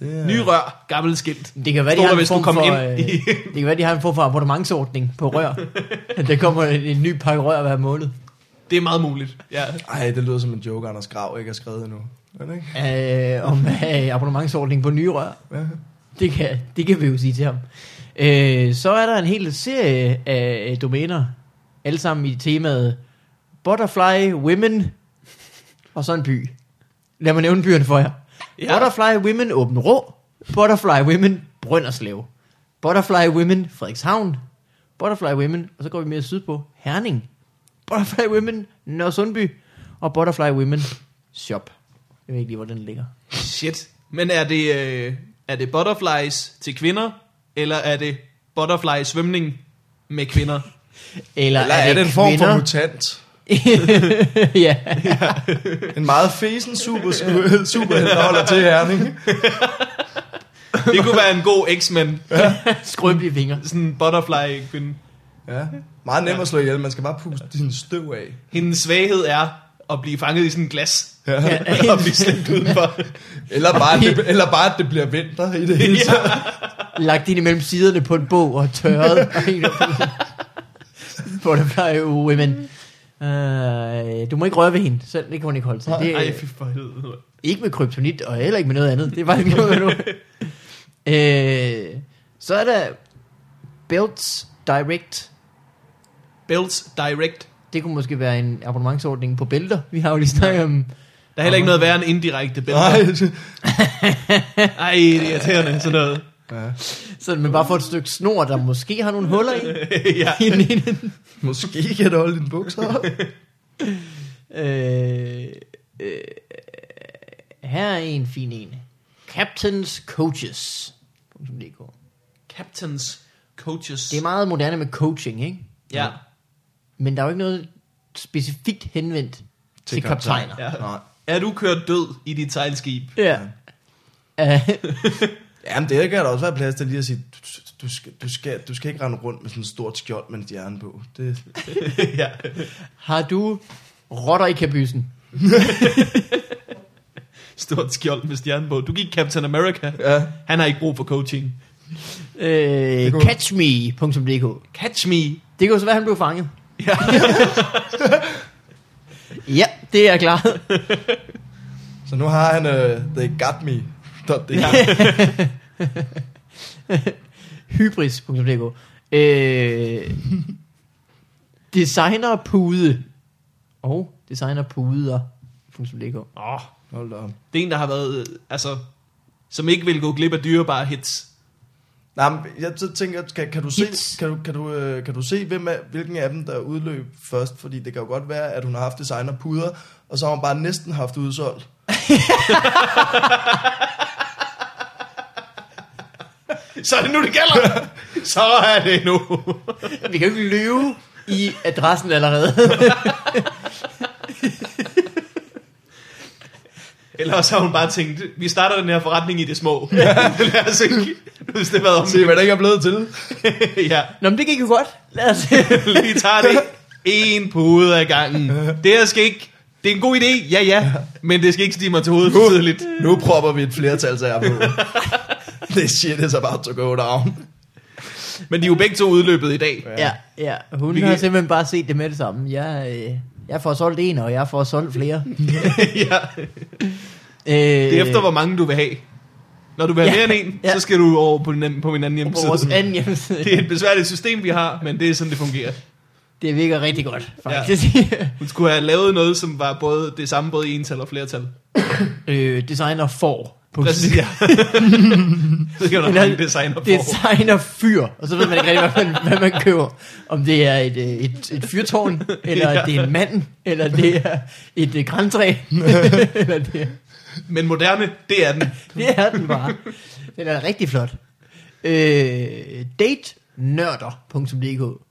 C: Det er...
A: Nye rør, gammelt skilt.
B: Det kan være, de
A: Står
B: har
A: der,
B: en
A: hvis du
B: form
A: kom
B: for,
A: ind
B: øh,
A: i-
B: det kan være, de har en form for abonnementsordning på rør. At der kommer en, en ny pakke rør hver måned.
A: Det er meget muligt. Ja.
C: Ej, det lyder som en joke, Anders Grav ikke har skrevet endnu. Er det ikke?
B: Øh, om øh, abonnementsordning på nye rør.
C: Ja.
B: Det kan, det kan vi jo sige til ham. Øh, så er der en hel serie af øh, domæner. Alle sammen i temaet Butterfly Women og så en by. Lad mig nævne byerne for jer.
A: Ja.
B: Ja. Butterfly Women Åben Rå. Butterfly Women Brønderslev. Butterfly Women Frederikshavn. Butterfly Women, og så går vi mere sydpå, Herning. Butterfly Women Nørresundby. Og Butterfly Women Shop. Jeg ved ikke lige, hvor den ligger.
A: Shit. Men er det, øh, er det butterflies til kvinder, eller er det butterfly svømning med kvinder?
B: Eller,
C: Eller er, er det en form for mutant?
B: ja.
C: En meget fesen super, superhelt, der holder til herning.
A: Det kunne være en god X-Men,
B: Skrøbelige vinger.
A: sådan en butterfly kvinde.
C: Ja. Meget nemt at slå ihjel, man skal bare puste din støv af.
A: Hendes svaghed er at blive fanget i sådan en glas,
C: Ja.
A: og blive slæbt udenfor.
C: Eller, bare, at det, eller bare, at det bliver vinter i det hele taget.
B: Lagt ind imellem siderne på en bog og tørret. og hængt op på- på det plejer jo, men... Øh, du må ikke røre ved hende, selv det kan hun ikke holde sig. Det,
A: Ej,
B: er
A: fy for helvede.
B: ikke med kryptonit, og heller ikke med noget andet. Det er bare ikke noget nu. øh, så er der Belts Direct.
A: Belts Direct.
B: Det kunne måske være en abonnementsordning på bælter. Vi har jo lige snakket om...
A: Der er heller ikke noget værre end indirekte
C: Nej.
A: bælter. Ej, det er irriterende, sådan noget.
C: Ja.
B: Sådan, man bare får et stykke snor, der måske har nogle huller i.
A: ja.
B: ja.
C: Måske kan du holde dine bukser op.
B: Øh, øh, her er en fin en. Captains Coaches. .dk.
A: Captains, coaches.
B: Det er meget moderne med coaching, ikke?
A: Ja,
B: Men der er jo ikke noget specifikt henvendt til, til
C: kaptajner.
B: kaptajner.
A: ja.
C: Nej.
A: Er du kørt død i dit sejlskib?
B: Ja. ja.
C: Jamen, det kan der også være plads til lige at sige, du, du, skal, du, skal, du skal ikke rende rundt med sådan et stort skjold med en stjerne på. Det,
A: ja.
B: har du rotter i kabysen?
A: Stort skjold med stjerne på. Du gik Captain America.
C: ja.
A: Han har ikke brug for coaching.
B: Øh,
C: kunne-
B: catchme.dk
A: Catch me.
B: Det kan jo så være, han blev fanget.
A: Ja.
B: Ja, det er jeg klar.
C: Så nu har han, øh, they got me. Dot det
B: Hybris.dk øh, Designerpude og designerpuder.dk
A: Åh,
C: Hold da op.
A: det er en, der har været, øh, altså, som ikke vil gå glip af dyrebare hits.
C: Nej, men jeg så tænker, kan, kan, du
B: Hits.
C: se, kan, du, kan, du, øh, kan du se, hvem af, hvilken af dem, der udløb først? Fordi det kan jo godt være, at hun har haft designerpuder, og så har hun bare næsten haft udsolgt.
A: Så er det nu, det gælder. Så er det nu.
B: Vi kan jo ikke løbe i adressen allerede.
A: Ellers har hun bare tænkt, vi starter den her forretning i det små. Lad os ikke, hvis det har været om.
C: Se, hvad det ikke er blevet til.
A: ja,
B: Nå, men det gik jo godt. Lad os
A: lige tager det en pude ad gangen. Det her skal ikke, det er en god idé, ja ja, Uh. men det skal ikke stige mig til hovedet for tidligt.
C: Nu propper vi et flertal til på. This shit is about to go down.
A: Men de er jo begge to udløbet i dag.
B: Ja, ja. Hun
A: Vi
B: har
A: kan-
B: simpelthen bare set det med det samme. Jeg, øh, jeg får solgt en, og jeg får solgt flere. øh,
A: ja. Det er efter, hvor mange du vil have. Når du vil have
B: Ja.
A: ja. mere end en,
B: Ja.
A: så skal du over på, den, på min anden
B: på
A: hjemmeside.
B: vores
A: Det
B: anden hjemmeside.
A: er et besværligt system, vi har, men det er sådan, det fungerer.
B: Det virker rigtig godt, faktisk. Ja.
A: Hun skulle have lavet noget, som var både det samme, både i ental og flertal.
B: øh, designer får.
A: Præcis, ja. så kan der
B: Eller-
A: mange designer på.
B: Designer fyr. Og så ved man ikke rigtig, hvad man, hvad man køber. Om det er et, øh, et, et fyrtårn, eller
A: Ja.
B: ja. det er en mand, eller det er et øh, grantræ. eller det er...
A: Men moderne, det er den.
B: Det er den bare. Den er rigtig flot. Øh, datenørder.dk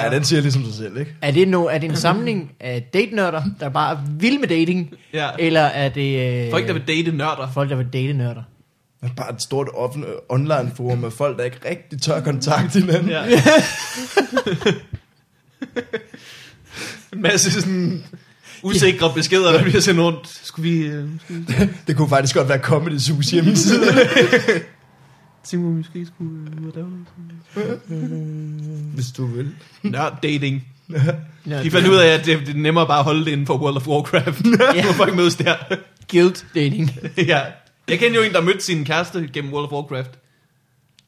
C: Ja, den siger ligesom sig selv, ikke?
B: er det, no, er det en samling af datenørder, der bare er vilde med dating?
A: Ja.
B: Eller er det... Øh,
A: Folk, der vil date nørder.
B: Folk, der vil datenørder.
C: Men Bare et stort offent, online forum med folk, der ikke rigtig tør kontakte hinanden.
A: Ja. en masse sådan usikre beskeder, der bliver sendt rundt. Skulle vi... Øh,
C: Det kunne faktisk godt være Comedy Sus hjemmeside.
A: tænker, vi måske skulle... Øh,
C: Hvis du vil.
A: Nørd dating.
B: Nørder.
A: De fandt ud af, at det det er nemmere bare at holde det inden for World of Warcraft.
B: Ja.
A: ja. Hvor folk mødes der.
B: Guild dating.
A: ja. Jeg kender jo en, der mødte sin kæreste gennem World of Warcraft.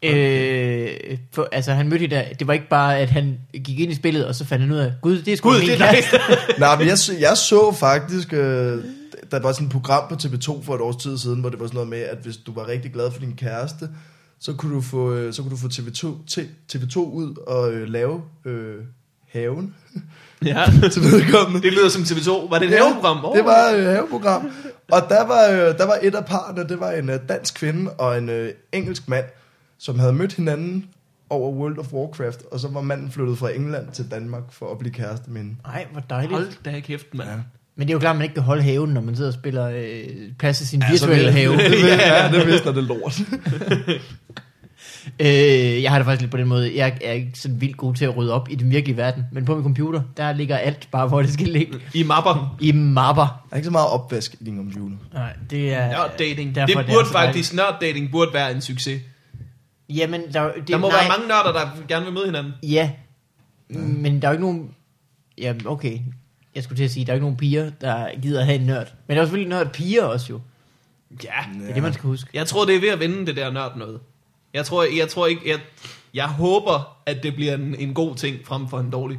B: øh, for, altså, han mødte der. Det var ikke bare, at han gik ind i spillet, og så fandt han ud af, gud, det er sgu
A: Gud,
B: min
A: det er
B: kæreste."
A: nice.
C: Nej, men jeg, så- jeg så faktisk, øh, der var sådan et program på TV2 for et års tid siden, hvor det var sådan noget med, at hvis du var rigtig glad for din kæreste, så kunne du få, øh, så kunne du få TV2, til- TV2 ud og øh, lave øh, haven
A: ja.
C: til vedkommende.
A: Det lyder som TV2. Var det et haveprogram? Åh.
C: Det var et øh, haveprogram. Og der var, øh, der var et af parrene, det var en øh, dansk kvinde og en øh, engelsk mand, som havde mødt hinanden over World of Warcraft, og så var manden flyttet fra England til Danmark for at blive kæreste med hende.
B: Nej, hvor dejligt. Hold.
A: Hold da kæft, mand.
C: Ja.
B: Men det er jo klart, at man ikke kan holde haven, når man sidder og spiller øh, plads i sin
C: Ja, så
B: virtuelle
C: vil-
B: have.
C: Det vil, ja, det vidste det er lort.
B: Øh, jeg har det faktisk lidt på den måde. Jeg er ikke sådan vildt god til at rydde op i den virkelige verden. Men på min computer, der ligger alt bare, hvor det skal ligge.
A: I mapper.
B: I mapper.
C: Der er ikke så meget opvask i din computer.
B: Nej, det er...
A: Nørd dating.
B: derfor,
A: det
B: er altså-
A: burde
B: så
A: faktisk, nørd dating burde være en succes.
B: dejligt. Jamen, der, det,
A: Der må
B: nej,
A: være mange nørder, der gerne vil møde hinanden.
B: Ja, men der er jo ikke nogen... Ja, okay. Jeg skulle til at sige, der er jo ikke nogen piger, der gider have en nørd. Men der er jo selvfølgelig nørd piger også jo.
A: Ja.
B: Det er det, man skal huske.
A: Jeg tror, det er ved at vinde det der nørd noget. Jeg tror, jeg tror ikke, jeg, jeg håber, at det bliver en, en god ting frem for en dårlig.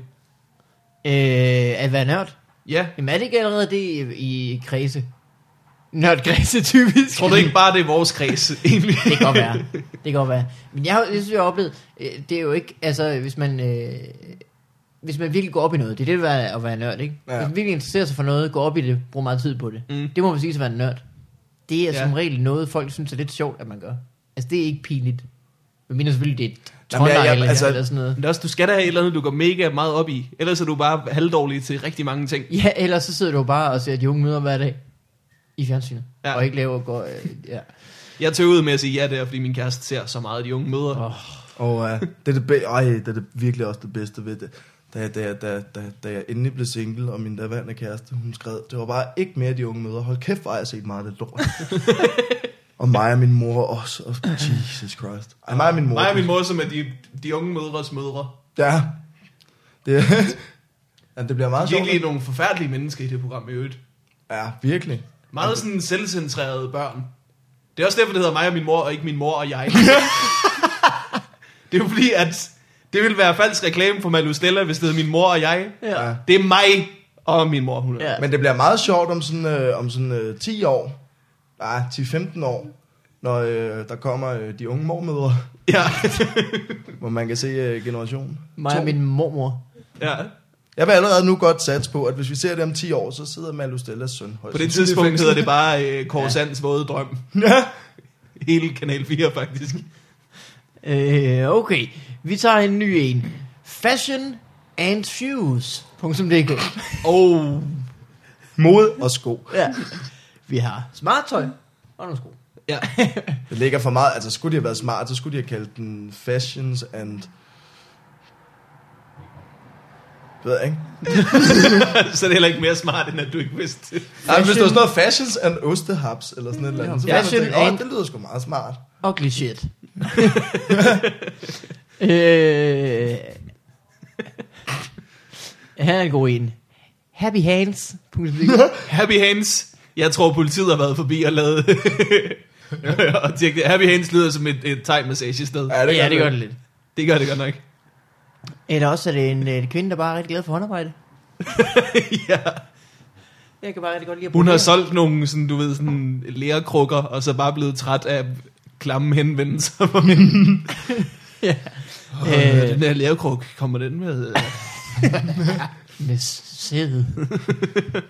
B: Øh, at være nørd.
A: Ja.
B: Jamen er det ikke allerede det i, i kredse? Nørdkredse typisk.
A: Tror du ikke bare, det er vores kreds, egentlig?
B: Det kan godt være. Det kan godt være. Men jeg, har- jeg synes, jeg har oplevet, øh, det er jo ikke, altså hvis man, øh, hvis man virkelig går op i noget, det er det der er at være nørd, ikke? Ja.
C: Ja.
B: Hvis man virkelig interesserer sig for noget, går op i det, bruger meget tid på det.
A: Mm.
B: Det må man sige at være en nørd. Det er ja.
A: Ja.
B: som regel noget, folk synes er lidt sjovt, at man gør. Altså det er ikke pinligt. Men mener selvfølgelig, det er et
C: Jamen, jeg- jeg-
B: trondejer eller,
C: altså-
B: eller sådan noget.
A: Men det er også, du skal da have et eller andet, du går mega meget op i. Ellers er du bare halvdårlig til rigtig mange ting.
B: Ja, ellers så sidder du bare og ser de unge møder hver dag i fjernsynet. Ja.
A: Ja.
B: Og ikke laver går, øh, ja.
A: Jeg tøvede med at sige ja der, fordi min kæreste ser så meget af de unge møder.
B: Åh.
C: Og uh, det, er det, be- Ej, det er det virkelig også det bedste ved det. Da, jeg- da, jeg- da, da, da jeg endelig blev single, og min daværende kæreste, hun skrev, det var bare ikke mere de unge møder. Hold kæft, hvor har jeg set meget af det lort. og mig og min mor også. Og Jesus Christ. Ej, mig og min mor.
A: Mig og min mor, som er de, de unge mødres mødre.
C: Ja. Det, ja, det bliver meget sjovt.
A: Virkelig nogle forfærdelige mennesker i det program i øvrigt.
C: Ja, virkelig.
A: Meget sådan selvcentrerede børn. Det er også derfor, det hedder mig og min mor, og ikke min mor og jeg. det er jo fordi, at det ville være falsk reklame for Malu Stella, hvis det hed min mor og jeg.
B: Ja.
C: Ja.
A: Det er mig og min mor. Hun er.
B: Ja.
C: Men det bliver meget sjovt om sådan, øh, om sådan øh, 10 år, nej, 10-15 år, når øh, der kommer øh, de unge mormødre,
A: Ja.
C: hvor man kan se øh, generationen.
B: Mig og min mormor.
A: ja.
C: Jeg vil allerede nu godt satse på, at hvis vi ser det om 10 år, så sidder Malu Stellas søn højst.
A: På det
C: sandsynligt i
A: tidspunkt
C: fængsel.
A: hedder det bare øh, Korsands ja. våde drøm.
C: Ja.
A: Hele Kanal 4 faktisk.
B: Øh, okay, vi tager en ny en. Fashion and shoes.dk
A: Oh.
C: Mod og sko.
B: ja. Vi har smarttøj og nogle sko.
A: Ja.
C: Det ligger for meget, altså skulle de have været smart, så skulle de have kaldt den Fashions and... Det ved jeg ikke.
A: så er det heller ikke mere smart, end at du ikke vidste det.
C: Nej, men hvis det var sådan noget Fashions and Ostehaps, eller sådan et eller andet, så
B: Ja.
C: ville man
B: Fashion
C: tænke, åh,
B: and-
C: det lyder sgu meget smart.
B: Ugly shit. øh, her er en god en. Happy hands.
A: Happy Hands. Jeg tror, politiet har været forbi og lavet... og tjekket. Happy Hands lyder som et, et thai massage sted.
C: Ja, det
B: ja,
C: gør
B: det
C: det.
B: gør det lidt.
A: Det gør det godt nok.
B: Eller også er det en, en kvinde, der bare er rigtig glad for håndarbejde.
A: ja.
B: Jeg kan bare rigtig godt lide at
A: Hun har
B: brodere.
A: solgt nogle, sådan, du ved, sådan lærkrukker, og så bare blevet træt af klamme henvendelser fra mænd.
B: Øh,
A: Øh. Den her lærkruk, kommer den med?
B: med sædet.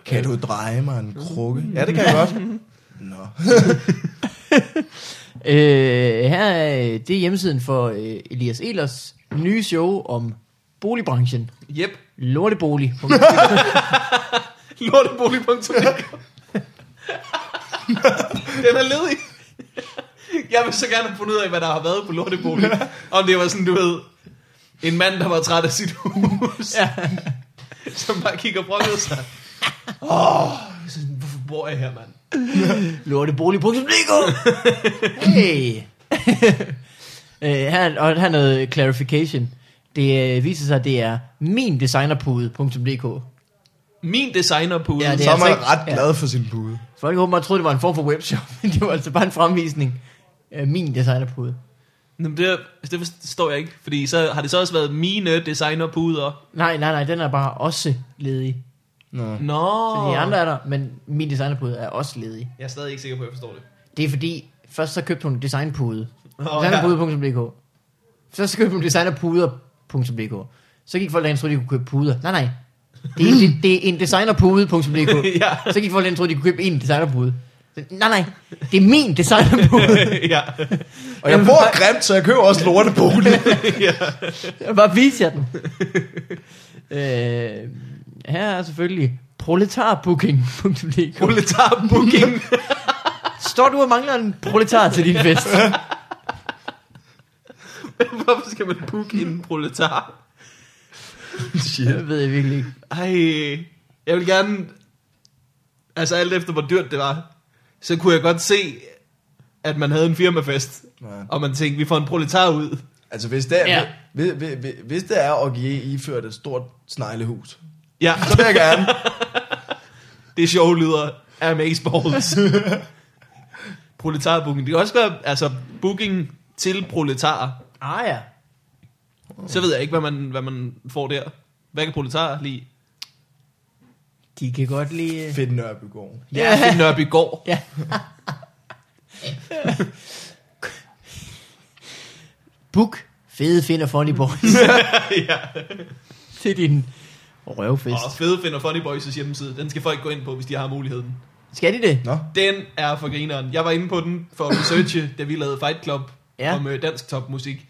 C: Kan du dreje mig en krukke? Ja, det kan jeg godt. Nå.
B: Øh, her er det er hjemmesiden for øh, Elias Elers nye show om boligbranchen.
A: Jep.
B: Lortebolig.
A: Lortebolig.dk Den er ledig. Jeg vil så gerne have fundet ud af, hvad der har været på Lortebolig. Om det var sådan, du ved, en mand, der var træt af sit hus,
B: ja.
A: som bare kigger og brokkede sig. Åh, så sådan, hvorfor bor jeg her, mand?
B: Lortebolig.dk Hey. øh, her, og her er noget clarification. Det øh, viser sig, at det er min designerpude.dk
A: Min designer på
B: Ja, det
C: Så er
B: altså
C: man
B: ikke-
C: ret
B: ja.
C: glad for sin pude.
B: Folk håber, man troede, det var en form for webshop, men det var altså bare en fremvisning af min designerpude.
A: Jamen, det, det forstår jeg ikke, fordi så har det så også været mine designerpuder.
B: Nej, nej, nej, den er bare også ledig.
C: Nå.
A: Nå,
B: Så de andre er der, men min designerpude er også ledig.
A: jeg er stadig ikke sikker på, at jeg forstår det.
B: Det er fordi, først så købte hun designpude.
A: Åh,
B: Oh, designpude.dk Så så købte hun designerpuder.dk Så gik folk derhen og troede, de kunne købe puder. Nej, nej. Det er, det, det er en designerpude.dk
A: Ja.
B: Så gik folk derhen og troede, de kunne købe en designerpude. Så, nej, nej. Det er min designerpude.
A: ja.
C: Og jeg bor grimt, så jeg køber også lortebolig.
B: Jeg bare viser jer den. øh, her er selvfølgelig proletarbooking.dk
A: Proletarbooking.
B: Står du og mangler en proletar til din fest?
A: Hvorfor skal man booke en proletar?
C: Shit.
B: Det ved jeg virkelig ikke.
A: Ej, jeg vil gerne... Altså alt efter, hvor dyrt det var, så kunne jeg godt se, at man havde en firmafest.
C: Ja.
A: Og man tænkte, vi får en proletar ud.
C: Altså, hvis det er,
B: Ja.
C: ja. hvis, hvis, hvis det er at give iført et stort sneglehus,
A: Ja,
C: så vil jeg gerne.
A: det er sjove lyder af Amazeballs. proletarbooking. Det kan også være, altså, booking til proletarer.
B: Ah ja.
A: Så ved jeg ikke, hvad man, hvad man får der. Hvad kan proletarer lige?
B: De kan godt lide... øh,
C: Fedt Nørrebygård.
A: Ja, det er Nørby Gård.
B: Ja. Book fede finder funny boys
A: ja.
B: til din røvfest.
A: Og fede finder Funny Boys' hjemmeside. Den skal folk gå ind på, hvis de har muligheden.
B: Skal de det?
C: Nå,
A: Den er for grineren. Jeg var inde på den for at researche, da vi lavede Fight Club
B: Ja.
A: ja. om øh, dansk topmusik.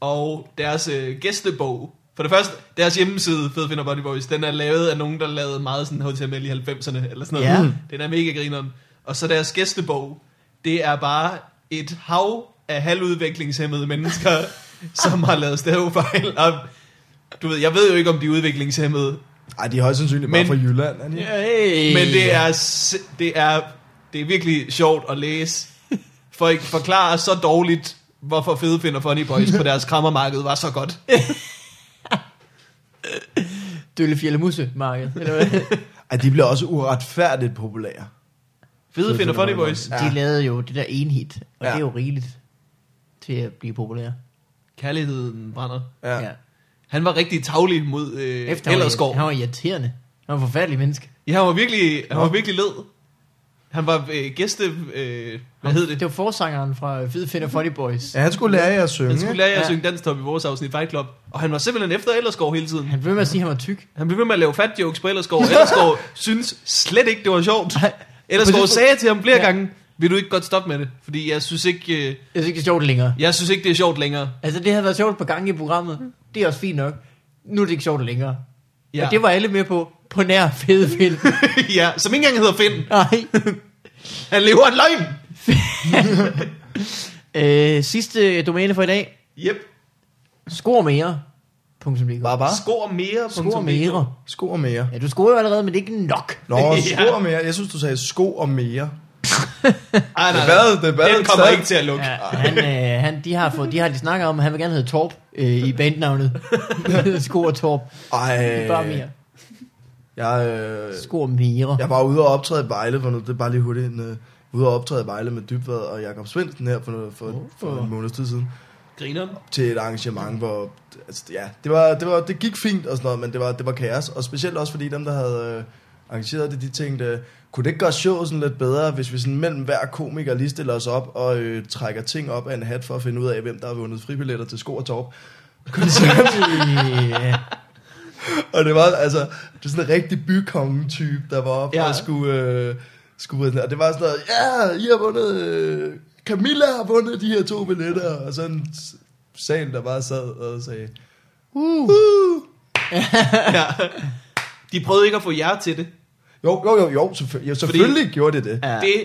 A: Og deres øh, gæstebog, for det første, deres hjemmeside, Fed Finder Body Boys, den er lavet af nogen, der lavede meget sådan HTML i 90'erne, eller sådan noget. Hmm.
B: Ja.
A: Den er mega grineren. Og så deres gæstebog, det er bare et hav af halvudviklingshemmede mennesker, som har lavet stavefejl. Og, du ved, jeg ved jo ikke, om de er udviklingshemmede,
C: ej, de er højst sandsynligt bare
A: Men-
C: fra Jylland, er de? Yeah.
B: Hey.
A: men det er, si- det er, det er virkelig sjovt at læse. Folk forklarer så dårligt, hvorfor Fede Finder Funny Boys på deres krammermarked var så godt.
B: Døllefjælde Musse marked. Eller hvad?
C: Ej, de bliver også uretfærdigt populære.
A: Fede finder
C: Fede
A: funny
C: Finder
A: boys.
B: Ja. De lavede jo det der en hit, og ja.
C: Ja.
B: det er jo rigeligt til at blive populær.
A: Kærligheden brænder.
C: Ja. ja.
A: Han var rigtig tavlig mod øh,
B: Efter han, var,
A: Ellerskov.
B: han var irriterende. Han var en forfærdelig menneske.
A: Ja, han var virkelig, han var
C: Nå.
A: virkelig led. Han var øh, gæste... Øh, hvad
B: Han-
A: hed det?
B: Det var forsangeren fra Fede Finder Funny Boys.
C: ja han skulle lære jer at synge.
A: Han skulle lære jer at
B: Ja.
A: synge danstop i vores afsnit Fight Club. Og han var simpelthen efter Ellerskov hele tiden.
B: Han blev ved med at sige, at han var tyk.
A: Han blev ved med at lave fat jokes på Ellerskov. og Ellerskov synes slet ikke, det var sjovt.
B: Nej.
A: Ellerskov
B: Præcis.
A: sagde til ham flere
B: Ja.
A: gange, vil du ikke godt stoppe med det? Fordi jeg synes ikke, øh,
B: Jeg synes ikke, det er sjovt længere.
A: jeg synes ikke det er sjovt længere.
B: Altså, det havde været sjovt på gang i programmet. Det er også fint nok. Nu er det ikke sjovt længere. Ja.
A: Ja.
B: Og det var alle med på, på nær fede film.
A: ja, som ikke engang hedder Finn.
B: Nej.
A: Han lever en løgn.
B: øh, sidste domæne for i dag.
A: Yep.
B: Skor mere. Punktum lige.
C: Bare, bare.
A: Skor mere.
B: Skor mere.
C: Sko og mere.
B: Ja, du scorer jo allerede, men det er ikke nok.
C: Nå,
A: Ja.
C: sko og mere. Jeg synes, du sagde sko og mere.
A: Ej, nej,
C: Det er badet,
A: nej.
C: det er badet,
A: Den kommer
C: så-
A: ikke til at lukke.
B: Ja, han, øh, han, de, har fået, de har de snakket om, at han vil gerne hedde Torp øh, i bandnavnet. Skor Torp.
C: Ej.
B: Bare mere.
C: Jeg, øh,
B: Skor mere.
C: Jeg var ude og optræde i Vejle for noget, det er bare lige hurtigt en, øh, ude og optræde i Vejle med Dybvad og Jakob Svendsen her for, noget, for, oh. for en måneds tid siden
A: Grineren.
C: til et arrangement, hvor altså, ja, det, var, det, var, det gik fint og sådan noget, men det var, det var kaos, og specielt også fordi dem, der havde øh, arrangeret det, de tænkte, øh, kunne det ikke gøre showet sådan lidt bedre, hvis vi sådan mellem hver komiker lige stiller os op og øh, trækker ting op af en hat for at finde ud af, hvem der har vundet fribilletter til sko og torp.
B: Ja.
C: Og det var altså, det var sådan en rigtig bykongen-type, der var oppe
A: Ja.
C: ja. og skulle, øh, skulle og det var sådan noget, ja, I har vundet, øh, Camilla har vundet de her to billetter, og sådan en s- sal, der bare sad og sagde,
B: Uh.
C: uh.
A: Ja. De prøvede ikke at få jer til det.
C: jo, jo, jo, jo, selvfølgelig, jo, selvfølgelig Fordi... gjorde det det.
B: Ja.
A: Det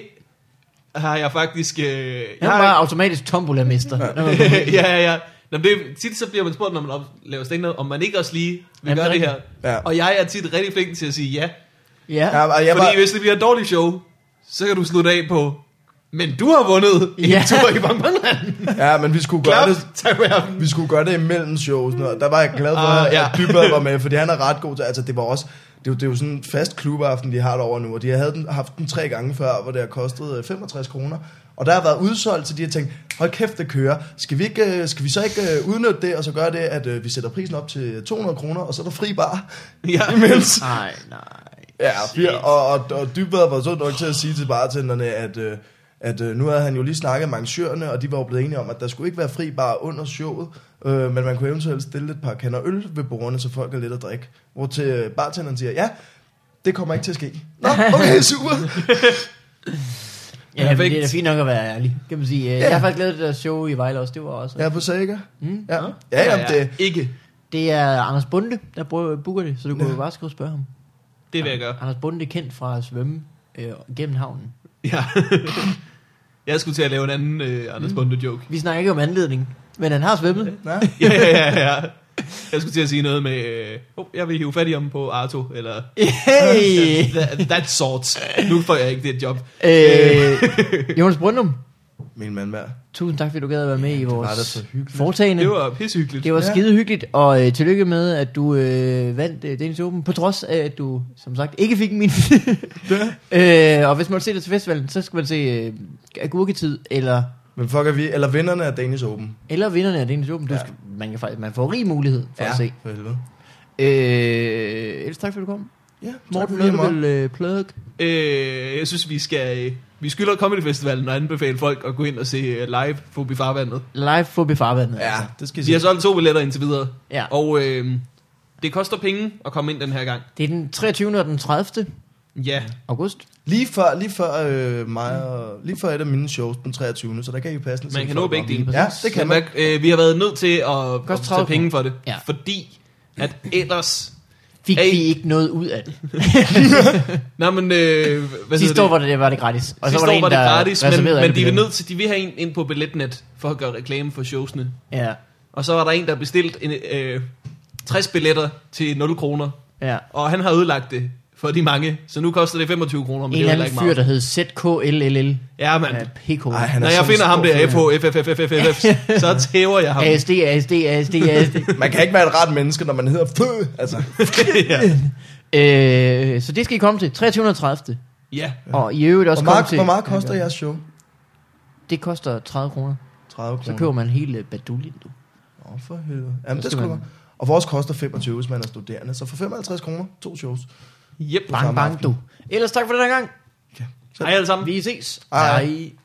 A: har jeg faktisk... Øh,
B: Han
A: jeg har
B: var automatisk tombola-mester. Når man-
A: ja, ja, ja. Nå, men det, er- tit så bliver man spurgt, når man op, laver stand om man ikke også lige vil
B: Jamen,
A: gøre
B: det er
A: det her.
C: Ja.
A: Og jeg er tit rigtig flink til at sige ja.
B: Ja.
C: Ja, og jeg
A: Fordi
C: var,
A: hvis det bliver et dårligt show, så kan du slutte af på, men du har vundet en
B: Ja.
A: tur i Bangmanland.
C: ja, men vi skulle gøre
A: Klap,
C: det,
A: tak for jer.
C: vi skulle gøre det imellem shows, og der var jeg glad for,
A: Ah,
C: uh,
A: ja.
C: ja. at Dybvad var med, fordi han er ret god til, altså det var også, det er, jo, det er jo sådan en fast klubaften, de har derovre nu, og de havde den, haft den tre gange før, hvor det har kostet øh, 65 kroner, og der har været udsolgt, så de har tænkt, hold kæft, det kører, skal vi, ikke, øh, skal vi så ikke øh, udnytte det, og så gøre det, at øh, vi sætter prisen op til 200 kroner, og så er der fri bar
A: Ja.
C: imens.
B: Nej, nej.
C: Ja, fire, og, og, og Dybvad var så nok til at sige til bartenderne, at, øh, at øh, nu havde han jo lige snakket med arrangørerne, og de var jo blevet enige om, at der skulle ikke være fri bar under showet, øh, men man kunne eventuelt stille et par kander øl ved bordene, så folk er lidt at drikke. Hvor til øh, bartenderen siger, ja, det kommer ikke til at ske. Nå, okay, super.
B: Ja, men det er da
A: Perfekt.
B: fint nok at være ærlig, kan man sige. Ja. Jeg har faktisk lavet det der show i Vejle også, det var også. Ja.
C: Jeg er på sikker.
B: Mm.
C: Ja, ja jamen, det,
A: Ikke.
B: Det er Anders Bunde, der bruger- booker det, så du kunne jo bare skrive og spørge ham.
A: Det vil jeg gøre.
B: Anders Bunde er kendt fra at svømme øh, gennem havnen.
A: Ja. Jeg skulle til at lave en anden øh,
B: Mm.
A: Anders Bunde joke.
B: Vi snakker ikke om anledning, men han har svømmet.
C: nej.
A: Ja, ja, ja, ja. Jeg skulle til at sige noget med, øh, oh, jeg vil hive fat i ham på Arto, eller
B: Hey!
A: that, that sort. Nu får jeg ikke det job.
B: øh, Jonas Brøndum,
C: Min mand værd.
B: tusind tak, fordi du gad at være med i
C: var da
B: vores
C: så hyggeligt.
B: foretagende.
A: Det var pissehyggeligt.
B: Det var
C: Ja.
B: skide hyggeligt, og øh, tillykke med, at du øh, vandt øh, Danish Open, på trods af, at du, som sagt, ikke fik min. øh, og hvis man vil se det til festivalen, så skal man se øh, Agurketid, eller,
C: Men fuck er vi, eller vinderne af Danish Open.
B: eller vinderne af Danish Open. Du
C: Ja.
B: skal, man, kan faktisk, man får rig mulighed for ja. at se.
C: for helvede.
B: Øh, ellers tak, fordi du kom.
C: Ja,
B: Morten,
C: tak
B: noget
C: for
B: du
C: det,
B: vil øh, plug?
A: Øh, jeg synes, vi skal... Øh, vi skylder Comedy Festivalen og anbefale folk at gå ind og se øh, live Fobi Farvandet.
B: Live forbi farvandet.
C: Ja,
B: altså.
C: det skal
A: Vi har
C: jeg sige.
A: solgt to billetter indtil videre.
B: ja.
A: Og øh, det koster penge at komme ind den her gang.
B: Det er den 23. og den 30.
A: Ja,
B: august.
C: Lige før, lige før, øh, mig og, lige før et af mine shows den 23. Så der kan I passe
A: man kan nå begge dele.
C: Ja, det kan man.
A: Men, øh, vi har været nødt til at, at
B: koster 30
A: tage penge for det.
B: Ja.
A: Fordi at ellers...
B: Fik
A: Hey.
B: hey. vi ikke noget ud af det.
A: Nej, men... Øh, hvad
B: Sidste
A: hedder
B: år var det, var det gratis.
A: Og Sidste år var det gratis, men,
B: reserverede alle
A: men de, vil
B: billetter.
A: nødt til, de vil have en ind på billetnet for at gøre reklame for showsene.
B: Ja,
A: Og så var der en, der bestilte en, øh, 60 billetter til 0 kroner.
B: ja.
A: Og han har ødelagt det for de mange, så nu koster det 25 kroner, men
B: en
A: det er
B: eller
A: heller
B: anden
A: ikke
B: fyr,
A: meget.
B: der hed ZKLLL.
A: Ja,
B: Ja,
A: mand.
B: PK.
C: Ej, han
A: Når
C: er
A: jeg
C: sådan
A: finder ham
C: stor
A: der,
C: fan.
A: FHFFFFF, så tæver jeg ham.
B: ASD, ASD, ASD, ASD.
C: Man kan ikke være et ret menneske, når man hedder Fø. Altså,
A: ja.
B: øh, så det skal I komme til. 2330.
A: Ja,
B: Og i øvrigt også
C: Hvor
B: kom
C: meget,
B: til...
C: hvor meget koster jeres show?
B: Det koster 30 kroner.
C: 30 kroner.
B: Så køber man hele baduljen, du.
C: Åh, for helvede. Jamen,
B: Så
C: det
B: skal
C: skulle
B: man-
C: man. Og vores koster 25, hvis man er studerende. Så for 55 kroner, to shows.
A: yep.
B: Bang,
C: samme
B: bang,
C: aften.
B: du. Ellers tak for den her gang.
A: Hej alle sammen.
B: Vi ses.
C: Hej.
B: Hej.